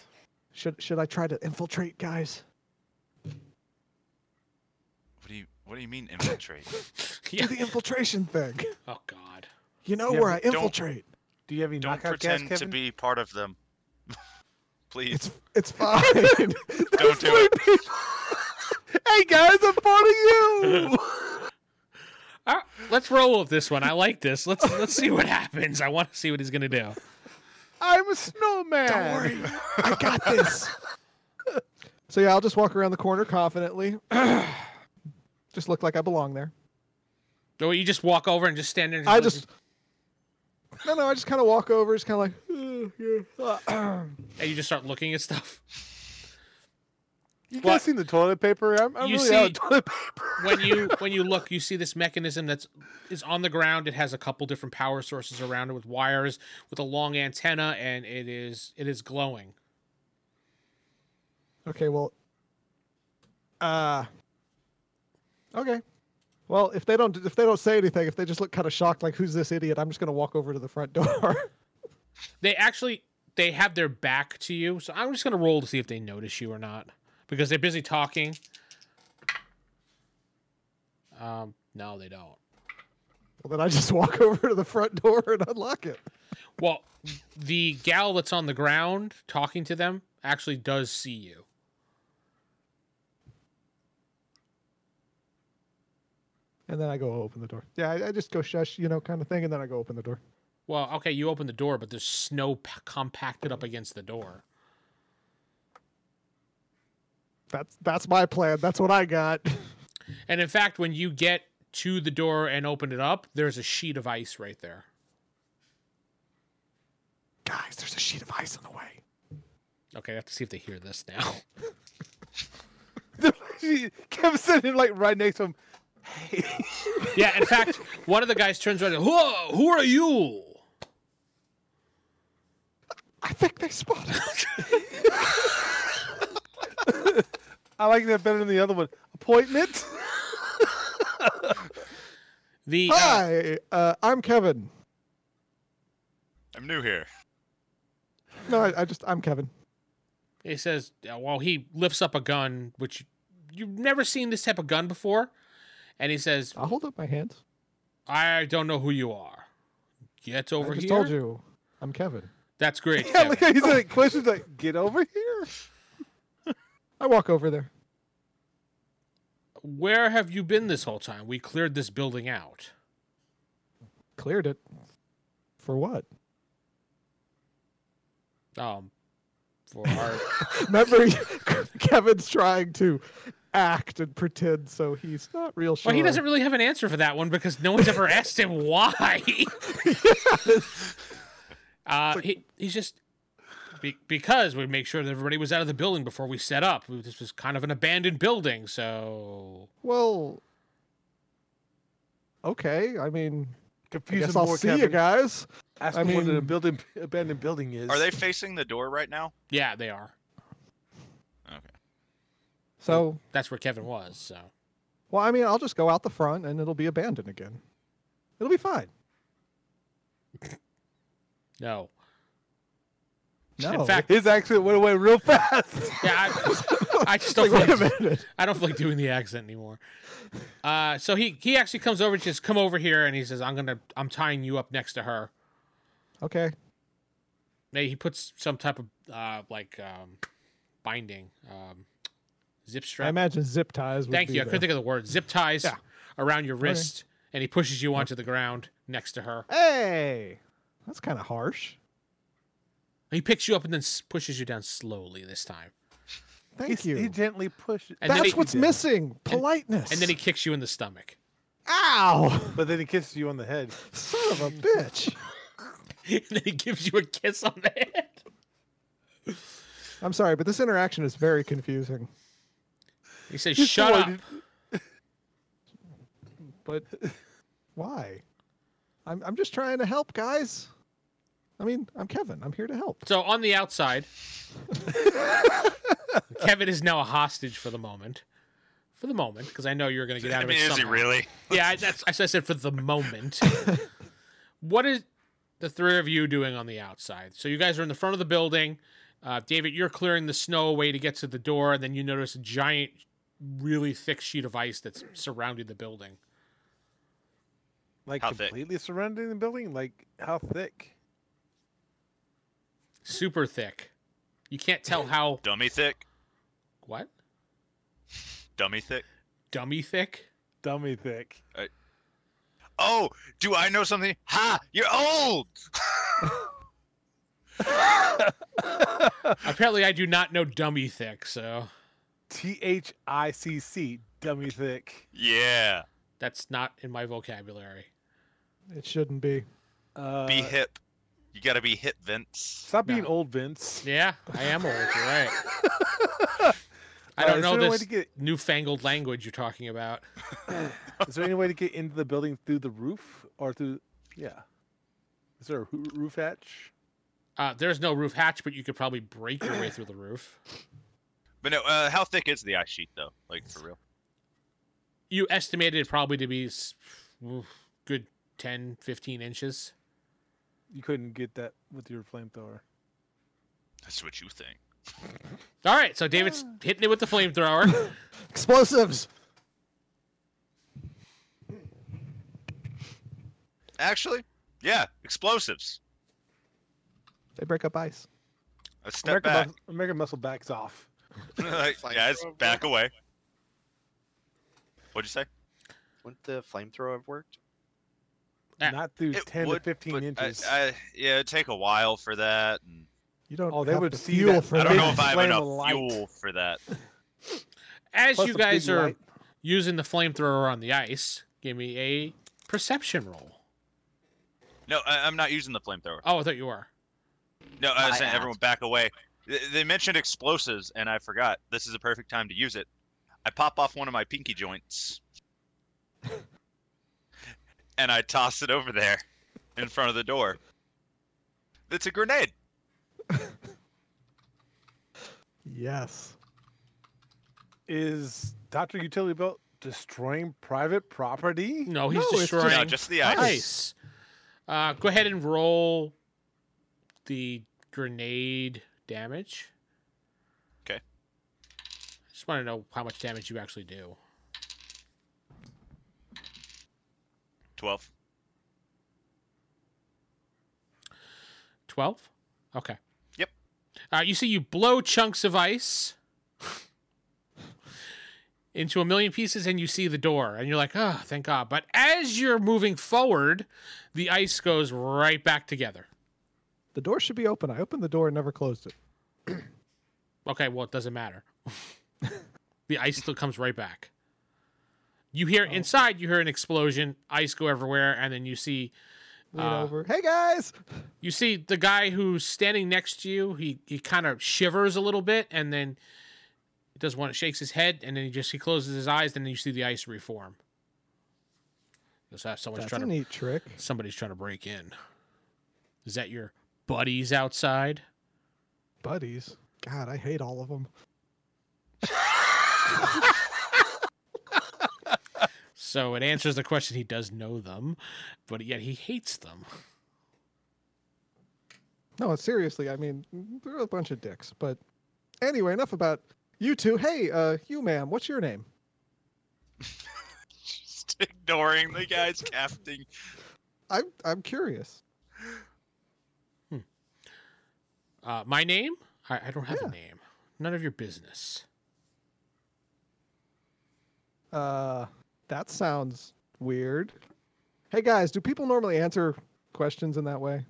S6: should should I try to infiltrate, guys?
S5: What do you mean infiltrate?
S2: Yeah.
S6: Do the infiltration thing.
S2: Oh God.
S6: You know
S4: Yeah,
S6: where I
S5: don't-
S6: infiltrate.
S4: Do you have any
S5: Don't
S4: knockout gas,
S5: pretend to
S4: Kevin?
S5: be part of them. Please.
S6: It's it's fine. There's
S5: Don't do it.
S6: three people. hey guys, I'm part of you.
S2: Ah, let's roll with this one. I like this. Let's let's see what happens. I want to see what he's gonna do.
S4: I'm a snowman.
S6: Don't worry, I got this. so yeah, I'll just walk around the corner confidently. just look like I belong there.
S2: Or you just walk over and just stand there. And
S6: I just no, no. I just kind of walk over. Just kind of like,
S2: and you just start looking at stuff.
S4: You guys
S2: What?
S4: seen the toilet paper? I'm, I'm
S2: You
S4: really out
S2: see-
S4: of toilet paper.
S2: When you when you look, you see this mechanism that's is on the ground. It has a couple different power sources around it with wires, with a long antenna, and it is it is glowing.
S6: okay, well, uh, okay. Well, if they don't if they don't say anything, if they just look kind of shocked, like who's this idiot? I'm just gonna walk over to the front door.
S2: They actually they have their back to you, so I'm just gonna roll to see if they notice you or not because they're busy talking. Um, no, they don't.
S6: well, then I just walk over to the front door and unlock it.
S2: Well, the gal that's on the ground talking to them actually does see you.
S6: And then I go open the door. Yeah, I, I just go shush, you know, kind of thing, and then I go open the door.
S2: Well, okay, you open the door, but there's snow p- compacted up against the door.
S6: That's that's my plan. That's what I got.
S2: And in fact, when you get to the door and open it up, there's a sheet of ice right there.
S6: Guys, there's a sheet of ice in the way.
S2: Okay, I have to see if they hear this now.
S4: Kevin's sitting like right next to him. Hey,
S2: yeah, in fact, one of the guys turns around and whoa, who are you?
S6: I think they spotted. us.
S4: I like that better than the other one. Appointment?
S2: The uh,
S6: Hi, uh, I'm Kevin.
S5: I'm new here.
S6: No, I, I just I'm Kevin.
S2: he says, uh, well, he lifts up a gun, which you've never seen this type of gun before, and he says,
S6: I'll hold up my hands.
S2: I don't know who you are. Get over
S6: I just
S2: here.
S6: told you, I'm Kevin.
S2: That's great.
S4: yeah,
S2: Kevin.
S4: like he's like questions like, get over here.
S6: I walk over there.
S2: Where have you been this whole time? We cleared this building out.
S6: Cleared it. For what?
S2: Um, for our
S6: Remember, Kevin's trying to act and pretend, so he's not real sure.
S2: well, he doesn't really have an answer for that one because no one's ever asked him why. uh, he, he's just be, because we make sure that everybody was out of the building before we set up. We, this was kind of an abandoned building, so
S6: Well, okay. I mean, I
S4: Confuse
S6: guess
S4: him
S6: I'll
S4: more,
S6: see
S4: Kevin.
S6: you guys.
S4: Ask
S6: I
S4: him what an
S6: mean-
S4: abandoned, abandoned building is.
S5: Are they facing the door right now?
S2: yeah, they are.
S5: Okay.
S6: So,
S2: That's where Kevin was. So
S6: well, I mean, I'll just go out the front and it'll be abandoned again. It'll be fine.
S2: no,
S6: No.
S2: in fact,
S4: His accent went away real fast.
S2: yeah, I, I just
S6: Like,
S2: don't.
S6: wait
S2: feel-
S6: a minute.
S2: I don't feel like doing the accent anymore. Uh, so he he actually comes over, just come over here, and he says, "I'm gonna, I'm tying you up next to her."
S6: Okay.
S2: Maybe he puts some type of uh, like um, binding, um, zip
S6: I
S2: strap.
S6: imagine zip ties. Would
S2: Thank
S6: be
S2: you. I
S6: the-
S2: couldn't think of the word. Zip ties
S6: Yeah.
S2: around your wrist, and he pushes you onto the ground next to her.
S6: Hey, that's kind of harsh.
S2: He picks you up and then s- pushes you down slowly this time,
S6: Thank
S4: He-
S6: you.
S4: He gently pushed it.
S2: And then
S6: that's
S2: he-
S6: what's missing. Politeness.
S2: and then he kicks you in the stomach.
S6: Ow!
S4: But then he kisses you on the head.
S6: Son of a bitch.
S2: and then he gives you a kiss on the head.
S6: I'm sorry, but this interaction is very confusing.
S2: He says,
S4: He's
S2: "Shut up."
S4: polite.
S6: But why? I'm I'm just trying to help, guys. I mean, I'm Kevin. I'm here to help.
S2: So on the outside, Kevin is now a hostage for the moment. For the moment, because I know you're going to get out
S5: I
S2: of
S5: mean,
S2: it.
S5: is he
S2: somehow.
S5: really?
S2: Yeah, I- that's I said for the moment. what is the three of you doing on the outside? So you guys are in the front of the building. Uh, David, you're clearing the snow away to get to the door, and then you notice a giant really thick sheet of ice that's surrounded the building.
S4: Like
S5: How thick?
S4: completely surrounding the building? Like how thick?
S2: Super thick. You can't tell how
S5: Dummy thick.
S2: what?
S5: Dummy thick.
S2: Dummy thick?
S4: Dummy thick.
S5: Oh, do I know something? Ha! You're old.
S2: Apparently I do not know dummy thick, so
S4: T H I C C. Dummy thick.
S5: Yeah.
S2: that's not in my vocabulary.
S6: It shouldn't be.
S4: Uh,
S5: Be hip. You gotta be hip, Vince.
S4: Stop being
S2: No.
S4: old, Vince.
S2: Yeah, I am old, you're right. I
S4: Uh,
S2: don't
S4: is
S2: know
S4: there a way
S2: this
S4: to get-
S2: newfangled language you're talking about.
S4: Is there any way to get into the building through the roof or through? Yeah. Is there a roo- roof hatch?
S2: Uh, there's no roof hatch, but you could probably break your way through the roof.
S5: But no, uh, how thick is the ice sheet though? Like for real?
S2: You estimated it probably to be s- oof, good 10, 15 inches.
S4: You couldn't get that with your flamethrower.
S5: That's what you think.
S2: All right, so David's
S4: Ah.
S2: hitting it with the flamethrower.
S6: Explosives.
S5: Actually, yeah, explosives.
S6: They break up ice.
S5: A step
S4: American,
S5: back.
S4: Mus- American Muscle backs off.
S5: Like, guys,
S3: Flamethrower.
S5: back away. What'd you say?
S3: Wouldn't the flamethrower have worked?
S2: Ah,
S4: Not through
S5: It
S4: ten
S5: would,
S4: to fifteen
S5: but I-
S4: inches.
S5: I- yeah, it'd take a while for that. And
S6: You don't.
S4: Oh, they
S6: have
S4: would
S6: the
S4: see
S6: fuel
S4: that.
S6: for
S5: I don't
S4: big
S5: know if I have
S4: flame
S5: enough
S4: of light.
S5: fuel for that.
S2: As
S4: Plus
S2: you
S4: a big
S2: guys are
S4: light.
S2: using the flamethrower on the ice, give me a perception roll.
S5: No, I, I'm not using the flamethrower.
S2: Oh, I thought you were.
S5: No, I was
S3: I
S5: saying everyone back away. They, they mentioned explosives, and I forgot. This is a perfect time to use it. I pop off one of my pinky joints, and I toss it over there, in front of the door. It's a grenade.
S6: Yes.
S4: Is Doctor Utility Belt destroying private property?
S2: No, he's
S6: No, it's just-
S2: destroying
S5: No, just the ice.
S2: ice. Uh, go ahead and roll the grenade damage.
S5: 'Kay.
S2: Just want to know how much damage you actually do.
S5: Twelve.
S2: Twelve. Okay.
S5: Yep.
S2: Uh, you see, you blow chunks of ice into a million pieces, and you see the door, and you're like, "Oh, thank God!" But as you're moving forward, the ice goes right back together.
S6: The door should be open. I opened the door and never closed it.
S2: Okay, well, it doesn't matter. the ice still comes right back. You hear
S6: Oh.
S2: inside, you hear an explosion, ice go everywhere, and then you see
S6: Lean
S2: Uh,
S6: over. Hey guys.
S2: you see the guy who's standing next to you. He he kind of shivers a little bit, and then he does one. Shakes his head, and then he just he closes his eyes, and then you see the ice reform. So someone's
S6: That's a
S2: trying to
S6: neat trick.
S2: somebody's trying to break in. Is that your buddies outside?
S6: Buddies. God, I hate all of them.
S2: So it answers the question. He does know them, but yet he hates them.
S6: No, seriously. I mean, they're a bunch of dicks. But anyway, enough about you two. Hey, uh, you, ma'am. What's your name?
S5: Just ignoring the guy's casting.
S6: I'm I'm curious.
S2: Uh, my name? I, I don't have
S6: Yeah.
S2: a name. None of your business.
S6: Uh, that sounds weird. Hey guys, do people normally answer questions in that way?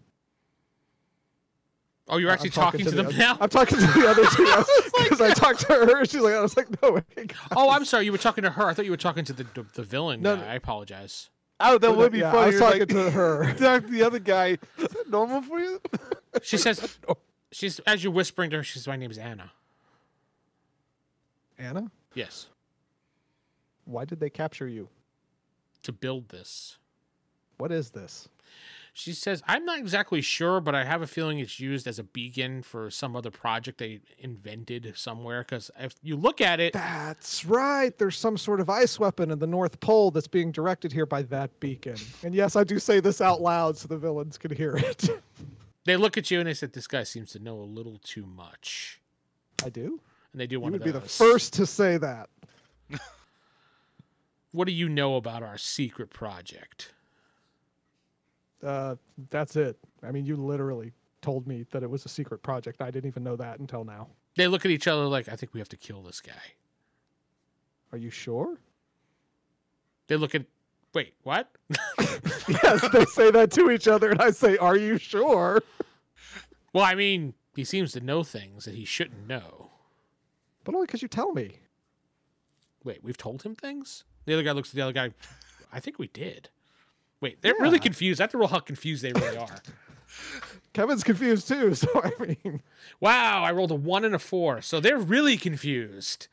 S2: Oh, you're
S6: I'm
S2: actually talking, to, them
S6: the,
S2: now?
S6: I'm talking to the other two because I talked to her. She's like, I was like, no way.
S2: oh, I'm sorry. You were talking to her. I thought you were talking to the the, the villain.
S6: No,
S2: guy.
S6: no.
S2: I apologize.
S4: Oh, that would be
S6: yeah,
S4: funny.
S6: I was
S4: You're
S6: talking
S4: like,
S6: to her.
S4: Doctor, the other guy. Is that normal for you?
S2: She says, she's as you're whispering to her, she says, "My name's Anna."
S6: Anna,
S2: Yes.
S6: why did they capture you?
S2: To build this,
S6: What is this?
S2: she says, "I'm not exactly sure, but I have a feeling it's used as a beacon for some other project they invented somewhere. Because if you look at it,
S6: That's right. There's some sort of ice weapon in the North Pole that's being directed here by that beacon. And yes, I do say this out loud so the villains can hear it.
S2: they look at you and they said, "This guy seems to know a little too much,"
S6: I do.
S2: and they do
S6: You
S2: one
S6: would
S2: of
S6: be
S2: those.
S6: the first to say that.
S2: what do you know about our secret project?
S6: Uh, that's it. I mean, you literally told me that it was a secret project. I didn't even know that until now.
S2: They look at each other like, I think we have to kill this guy.
S6: Are you sure?
S2: They look at, wait, what?
S6: yes, they say that to each other, and I say, "Are you sure?"
S2: Well, I mean, he seems to know things that he shouldn't know.
S6: But only because you tell me.
S2: Wait, we've told him things? The other guy looks at the other guy, I think we did. Wait, they're
S6: Yeah.
S2: really confused. I have to roll how confused they really are.
S6: Kevin's confused too. So I mean,
S2: wow, I rolled a one and a four. So they're really confused.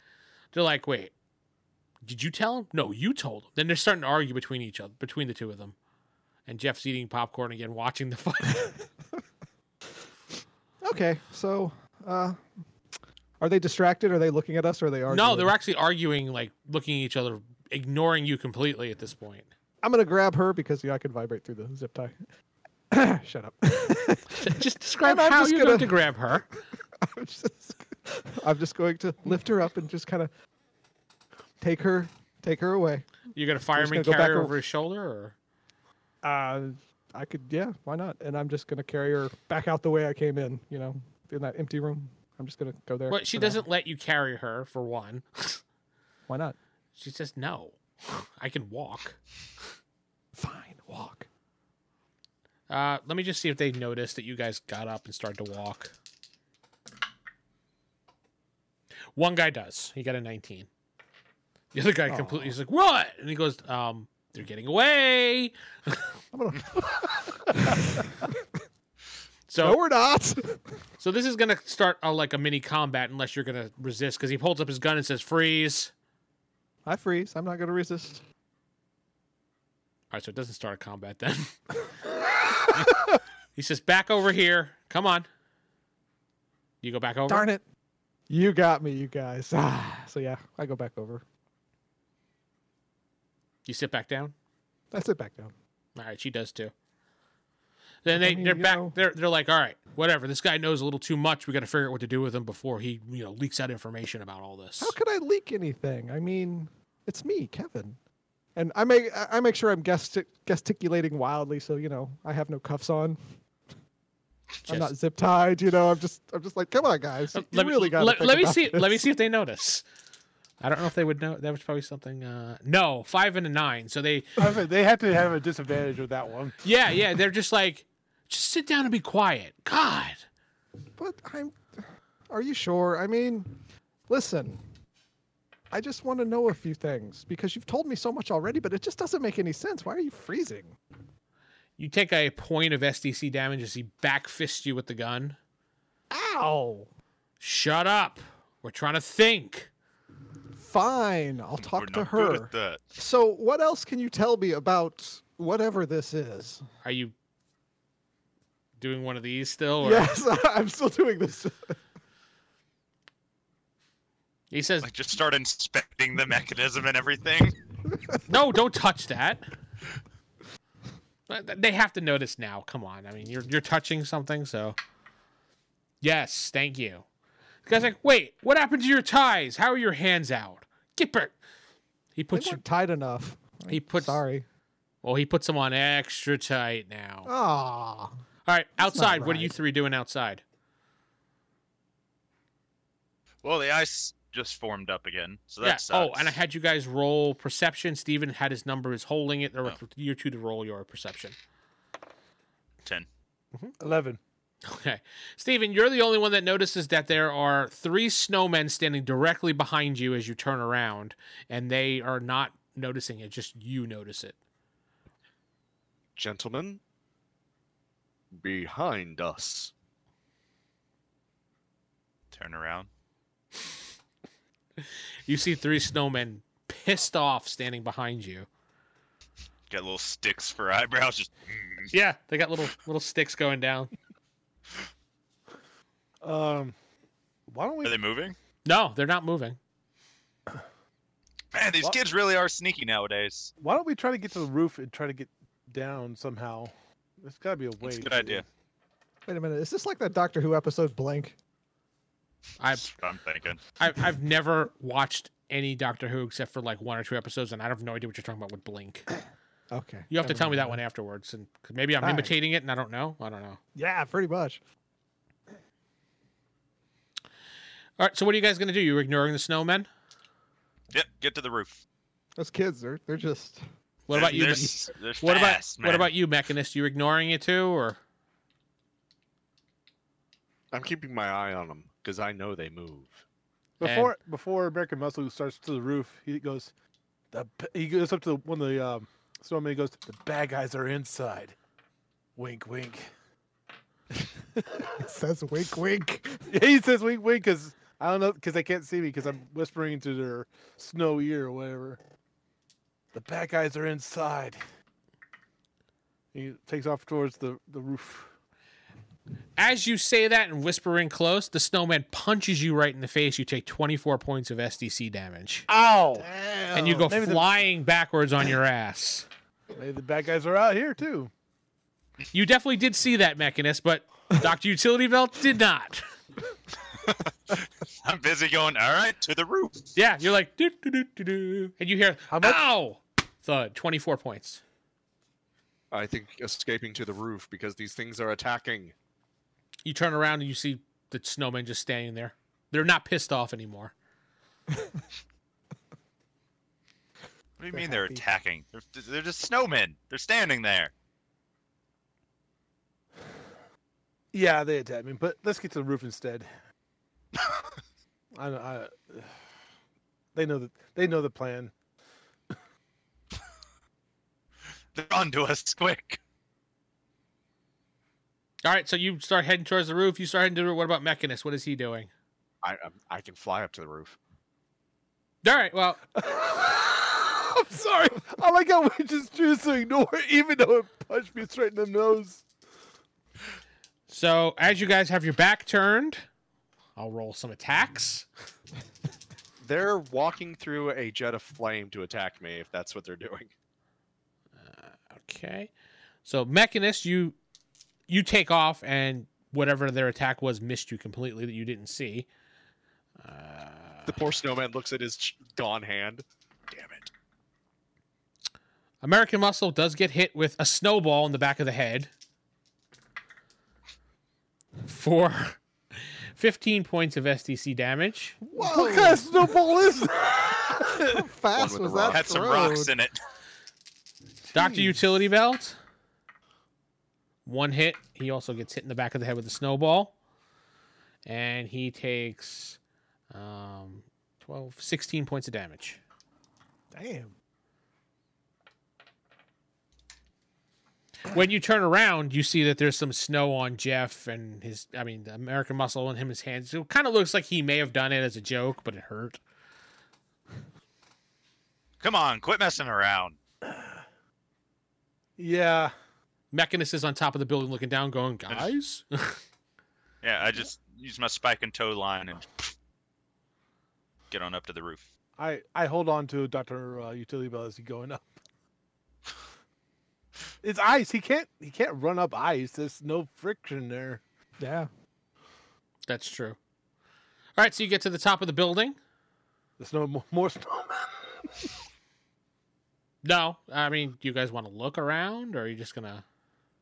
S2: They're like, wait, did you tell him? No, you told him. Then they're starting to argue between each other, between the two of them. And Jeff's eating popcorn again, watching the fight.
S6: okay. So, uh, are they distracted? Are they looking at us? Or are they arguing?
S2: no, they're actually arguing, like looking at each other, ignoring you completely at this point.
S6: I'm gonna grab her because yeah, I can vibrate through the zip tie. Shut up.
S2: Just describe
S6: I'm
S2: how
S6: just
S2: you're
S6: gonna-
S2: going to grab her.
S6: I'm just, I'm just going to lift her up and just kind of take her, take her away.
S2: You're going to fireman
S6: gonna go
S2: carry
S6: back
S2: her
S6: over-
S2: over his shoulder, or
S6: Uh, I could, yeah, why not? And I'm just gonna carry her back out the way I came in. You know, in that empty room. I'm just gonna go there.
S2: well, she
S6: for now.
S2: doesn't let you carry her for one.
S6: Why not?
S2: She says no. I can walk.
S6: Fine, walk.
S2: Uh, let me just see if they noticed that you guys got up and started to walk. One guy does. He got a 19. The other guy completely is like, "What?" And he goes, "Um, they're getting away."
S6: I'm gonna.
S2: So,
S6: no, we're not.
S2: so this is gonna start uh, like a mini combat unless you're gonna resist because he holds up his gun and says, "Freeze!"
S6: I freeze. I'm not gonna resist.
S2: All right, so it doesn't start a combat then. he says, "Back over here. Come on." You go back over.
S6: Darn it. You got me, you guys. Ah, so yeah, I go back over.
S2: You sit back down.
S6: I sit back down.
S2: All right, she does too. Then
S6: I
S2: they
S6: mean,
S2: they're
S6: you
S2: back.
S6: know-
S2: They're they're like, all right, whatever. This guy knows a little too much. We got to figure out what to do with him before he you know leaks out information about all this.
S6: How could I leak anything? I mean, it's me, Kevin. And I make I- I make sure I'm gesti- gesticulating wildly, so you know I have no cuffs on. I'm not
S2: Just-
S6: zip tied, you know. I'm just I'm just like, come on, guys. You
S2: let me
S6: really got.
S2: let, let me see let me see if they notice. I don't know if they would know. That was probably something. Uh, no, five and a nine. So they
S4: I was like, they have to have a disadvantage with that one.
S2: yeah yeah they're just like just sit down and be quiet. God,
S6: But I'm. Are you sure? I mean, listen. I just want to know a few things because you've told me so much already, but it just doesn't make any sense. Why are you freezing?
S2: you take a point of SDC damage as he backfists you with the gun.
S6: Ow!
S2: Shut up. We're trying to think.
S6: Fine, I'll talk
S5: We're
S6: to
S5: not good
S6: her.
S5: at that.
S6: So, what else can you tell me about whatever this is?
S2: Are you doing one of these still? Or?
S6: Yes, I'm still doing this.
S2: He says,
S5: Like just start inspecting the mechanism and everything.
S2: "No, don't touch that." But th- They have to notice now. Come on, I mean, you're you're touching something, so yes, thank you. The guy's like, "Wait, what happened to your ties? How are your hands out?" Get back. He
S6: They
S2: puts you.
S6: weren't tight enough.
S2: He puts.
S6: Sorry.
S2: Well, he puts them on extra tight now. All
S6: Ah,
S2: right,
S6: that's not
S2: outside. What are you
S6: right.
S2: three doing outside?
S5: Well, the ice just formed up again, so that
S2: yeah.
S5: sucks.
S2: Oh, and I had you guys roll perception. Steven had his number. Is holding it. There were
S5: Oh.
S2: you two to roll your perception.
S5: ten.
S4: Eleven.
S2: Okay. Steven, you're the only one that notices that there are three snowmen standing directly behind you as you turn around, and they are not noticing it, just you notice it.
S3: Gentlemen, behind us.
S5: Turn around.
S2: You see three snowmen pissed off standing behind you.
S5: Got little sticks for eyebrows. Just mm.
S2: Yeah. They got little little sticks going down.
S4: Um, why don't
S5: are
S4: we?
S5: they moving?
S2: No, they're not moving.
S5: Man, these
S4: What?
S5: kids really are sneaky nowadays.
S4: Why don't we try to get to the roof and try to get down somehow? There's got to be a way.
S5: That's a good
S4: to-
S5: idea.
S6: wait a minute. Is this like that Doctor Who episode Blank?
S2: I
S5: That's what I'm thinking.
S2: I've, I've never watched any Doctor Who except for like one or two episodes, and I have no idea what you're talking about with Blink.
S6: Okay.
S2: You have to
S6: never
S2: tell me that
S6: mind
S2: one afterwards, and 'cause maybe I'm
S6: All right.
S2: imitating it, and I don't know. I don't know.
S6: then. Yeah, pretty much.
S2: All right, so what are you guys gonna do? You're ignoring the snowmen.
S5: Yep, get to the roof.
S6: Those kids are they're just
S2: What about you?
S5: They're,
S2: Me-
S5: s- they're
S2: What about
S5: fast,
S2: what
S5: man.
S2: about you, Mechanist? You ignoring it too, or
S3: I'm keeping my eye on them because I know they move.
S4: Before before American Muscle starts to the roof, he goes. The b- he goes up to the, one of the um, snowmen. He goes, "The bad guys are inside." Wink, wink.
S6: says wink wink.
S4: Yeah, he says wink, wink, because I don't know, because they can't see me because I'm whispering into their snow ear or whatever. The bad guys are inside. He takes off towards the, the roof.
S2: as you say that and whisper in close, the snowman punches you right in the face. You take 24 points of SDC damage,
S4: Ow!
S2: and you go
S4: maybe the-
S2: flying backwards on your ass.
S4: Maybe the bad guys are out here too.
S2: You definitely did see that, Mechanist, but Doctor Utility Belt did not.
S5: I'm busy going. All right, to the roof.
S2: Yeah, you're like, doo, doo, doo, doo, doo, and you hear,
S4: How much?
S2: ow, thud, 24 points.
S3: I think escaping to the roof because these things are attacking.
S2: You turn around and you see the snowmen just standing there. They're not pissed off anymore.
S5: What do you
S6: They're
S5: mean they're
S6: happy.
S5: attacking? They're, they're just snowmen. They're standing there.
S4: Yeah, they attacked me, but let's get to the roof instead. I, know- I they know that they know the plan.
S5: They're onto us quick.
S2: All right, so you start heading towards the roof. You start heading to the roof. What about Mechanist? What is he doing?
S3: I I'm- I can fly up to the roof.
S2: All right, well,
S4: I'm sorry. I like how we just choose to ignore, it, even though it punched me straight in the nose.
S2: so as you guys have your back turned, I'll roll some attacks.
S3: They're walking through a jet of flame to attack me if that's what they're doing.
S2: Okay. So Mechanist, you you take off and whatever their attack was missed you completely that you didn't see.
S3: The poor snowman looks at his ch- gone hand. Ah. Damn it.
S2: American Muscle does get hit with a snowball in the back of the head for 15 points of SDC damage.
S6: Whoa!
S4: What kind of snowball is that?
S6: How fast
S3: with
S6: was
S3: the rock.
S6: that?
S5: Had some
S6: thrown?
S5: rocks in it.
S2: Dr. Utility Belt, one hit. He also gets hit in the back of the head with a snowball. And he takes um, 12, 16 points of damage.
S6: Damn.
S2: when you turn around, you see that there's some snow on Jeff and his, I mean, the American muscle and him, his hands. It kind of looks like he may have done it as a joke, but it hurt.
S5: Come on, quit messing around.
S4: yeah.
S2: Mechanist is on top of the building looking down, going, guys?
S5: Yeah, I just use my spike and toe line and get on up to the roof.
S4: I, I hold on to Doctor uh, Utility Bell as he's going up. It's ice. He can't he can't run up ice. There's no friction there.
S6: Yeah.
S2: That's true. All right, so you get to the top of the building.
S4: There's no mo- more snow.
S2: No, I mean, do you guys want to look around or are you just going to?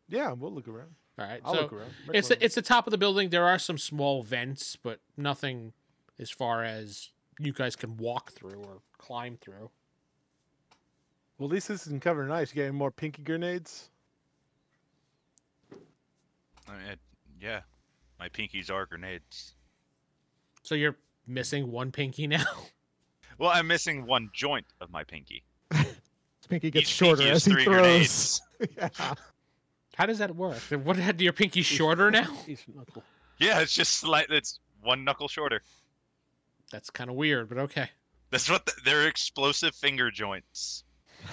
S4: yeah, we'll look around.
S2: All right,
S4: I'll
S2: so
S4: look around. Make
S2: it's
S4: one.
S2: it's the top of the building. There are some small vents, but nothing as far as you guys can walk through or climb through.
S4: well, at least this isn't covered in ice. You got any more pinky grenades?
S5: I mean, it- yeah, my pinkies are grenades.
S2: So you're missing one pinky now.
S5: Well, I'm missing one joint of my pinky.
S6: Pinky gets
S5: Each
S6: shorter
S5: pinky is
S6: as he
S5: three
S6: throws.
S5: grenades.
S6: yeah.
S2: How does that work? What had your pinky shorter now?
S4: Each knuckle.
S5: Yeah, it's just slightly, it's one knuckle shorter.
S2: That's kind of weird, but okay.
S5: That's what the, they're explosive finger joints.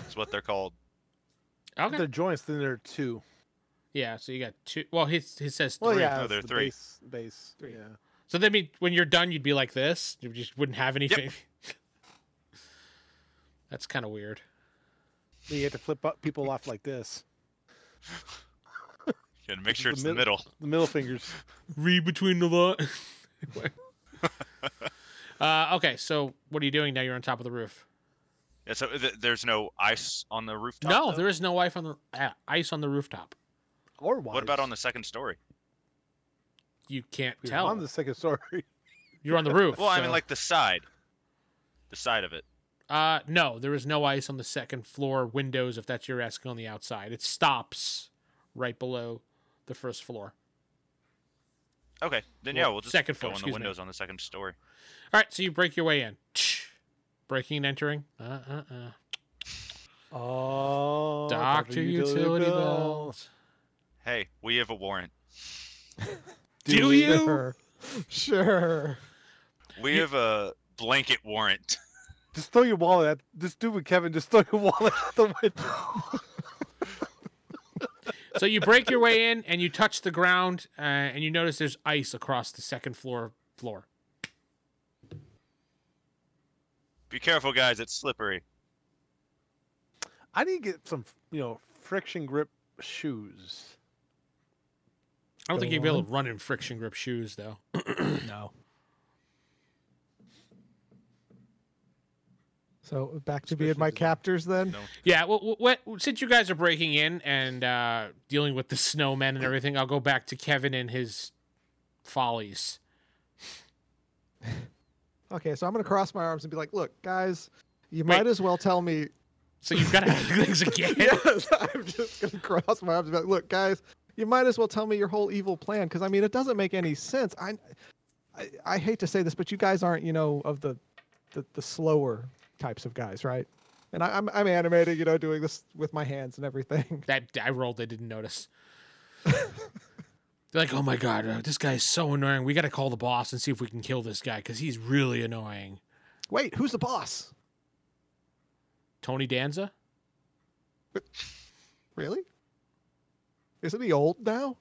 S5: That's what they're called.
S4: If They're joints. Then there are two.
S2: Yeah, so you got two. Well, his his says three.
S4: Well, yeah,
S5: No,
S4: it's
S5: there are
S4: the
S5: three.
S4: Base, base.
S6: Three.
S4: Yeah.
S2: So that mean when you're done, you'd be like this. You just wouldn't have anything. That's kind of weird.
S4: Then You have to flip up people off like this.
S5: Gotta make
S4: This is
S5: sure
S4: the
S5: it's the
S4: middle.
S5: middle.
S4: The middle fingers.
S2: Read between the lines. Uh, okay, so what are you doing now? You're on top of the roof.
S5: Yeah, so th- there's no ice on the rooftop.
S2: no,
S5: though?
S2: there is no ice on the uh, ice on the rooftop.
S4: Or
S5: What about on the second story?
S2: You can't
S4: we
S2: tell.
S4: on the second story?
S2: You're on the roof.
S5: Well, I mean,
S2: so-
S5: like the side, the side of it.
S2: uh, no, there is no ice on the second floor windows. If that's your asking on the outside, it stops right below the first floor.
S5: Okay, then
S2: Well,
S5: yeah, we'll just
S2: second
S5: go
S2: floor,
S5: on
S2: excuse
S5: the
S2: me.
S5: windows on the second story.
S2: All right, so you break your way in. Breaking and entering. Uh, uh, uh.
S4: Oh,
S2: Doctor utility
S4: bill.
S2: bills.
S5: Hey, we have a warrant.
S2: Do you?
S6: Sure. Sure.
S5: We have a blanket warrant.
S4: Just throw your wallet at this stupid Kevin. Just throw your wallet out the window.
S2: So you break your way in and you touch the ground, uh, and you notice there's ice across the second floor floor.
S5: Be careful, guys. It's slippery.
S4: I need to get some, you know, friction grip shoes.
S2: I don't think
S6: Go
S2: you'd be able to run in friction grip shoes though.
S6: No. So back to being
S4: Especially
S6: my
S4: if it's not-
S6: captors then.
S5: No.
S2: Yeah, well, wh- what, since you guys are breaking in and uh, dealing with the snowmen and everything, I'll go back to Kevin and his follies.
S6: Okay, so I'm gonna cross my arms and be like, "Look, guys, you might as well tell me."
S2: So you've got to do things again.
S6: yes, I'm just gonna cross my arms and be like, "Look, guys, you might as well tell me your whole evil plan." Because I mean, it doesn't make any sense. I, I, I hate to say this, but you guys aren't, you know, of the, the, the slower types of guys, right? And I, I'm I'm animating, you know, doing this with my hands and everything.
S2: That I rolled, they didn't notice. They're like, oh my god, uh, this guy is so annoying. We got to call the boss and see if we can kill this guy because he's really annoying.
S6: Wait, who's the boss?
S2: Tony Danza?
S6: Really? Isn't he old now?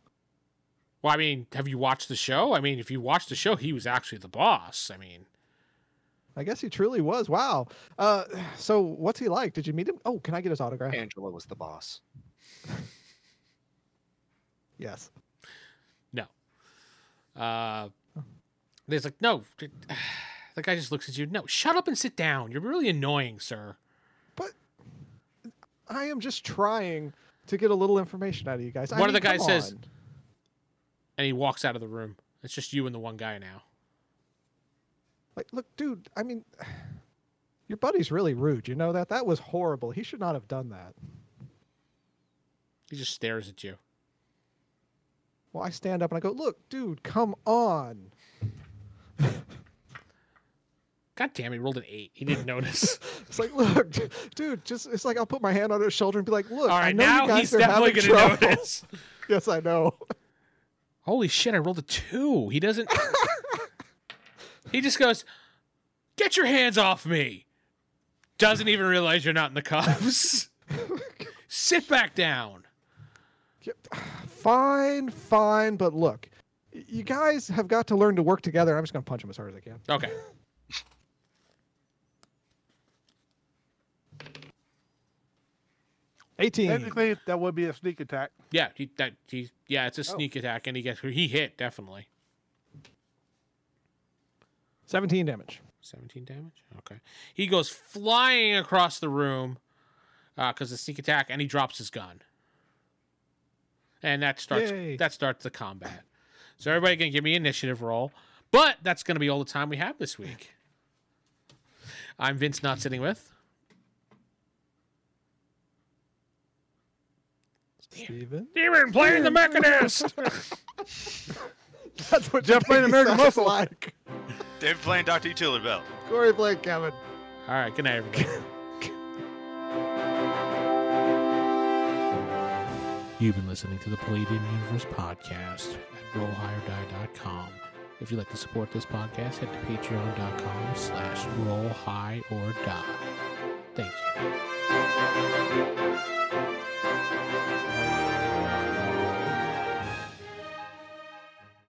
S2: Well, I mean, have you watched the show? I mean, if you watched the show, he was actually the boss. I mean,
S6: I guess he truly was. Wow. Uh, so what's he like? Did you meet him? Oh, can I get his autograph?
S3: Angela was the boss.
S6: Yes.
S2: Uh, there's like, no. The guy just looks at you. No, shut up and sit down. You're really annoying, sir.
S6: I am just trying to get a little information out of you guys. I
S2: One of
S6: mean,
S2: the guys
S6: come
S2: says-
S6: on.
S2: And he walks out of the room. It's just you and the one guy now.
S6: "Like, look, dude. I mean, your buddy's really rude. You know that? That was horrible. He should not have done that."
S2: He just stares at you.
S6: Well, I stand up and I go, "Look, dude, come on."
S2: God damn, he rolled an eight. He didn't notice.
S6: It's like, look, d- dude, just it's like I'll put my hand on his shoulder and be like, "Look,
S2: All
S6: I
S2: right,
S6: know you
S2: now
S6: guys
S2: he's
S6: are
S2: definitely
S6: having
S2: going
S6: trouble."
S2: to notice.
S6: yes, I know.
S2: Holy shit, I rolled a two. He doesn't. he just goes, Get your hands off me. Doesn't even realize you're not in the cuffs. sit back down.
S6: Yep. Fine, fine, but look, y- you guys have got to learn to work together. I'm just gonna punch him as hard as I can.
S2: Okay.
S6: Eighteen.
S4: Technically, that would be a sneak attack.
S2: Yeah, he, that he yeah, it's a sneak attack, and he gets he hit definitely.
S6: 17 damage.
S2: Seventeen damage. Okay, he goes flying across the room because the sneak attack, and he drops his gun, and that starts
S6: Yay.
S2: that starts the combat. So everybody can give me initiative roll, but that's going to be all the time we have this week. I'm Vince, not sitting with.
S6: Steven?
S2: Demon playing the mechanist.
S6: That's what
S4: Jeff playing American Muscle.
S6: like.
S5: David playing Doctor Utility Bell.
S6: Corey Blake, Kevin.
S2: All right, good night, everybody. You've been listening to the Palladium Universe podcast at rollhighordie.com. If you'd like to support this podcast, head to patreon.com slash rollhighordie.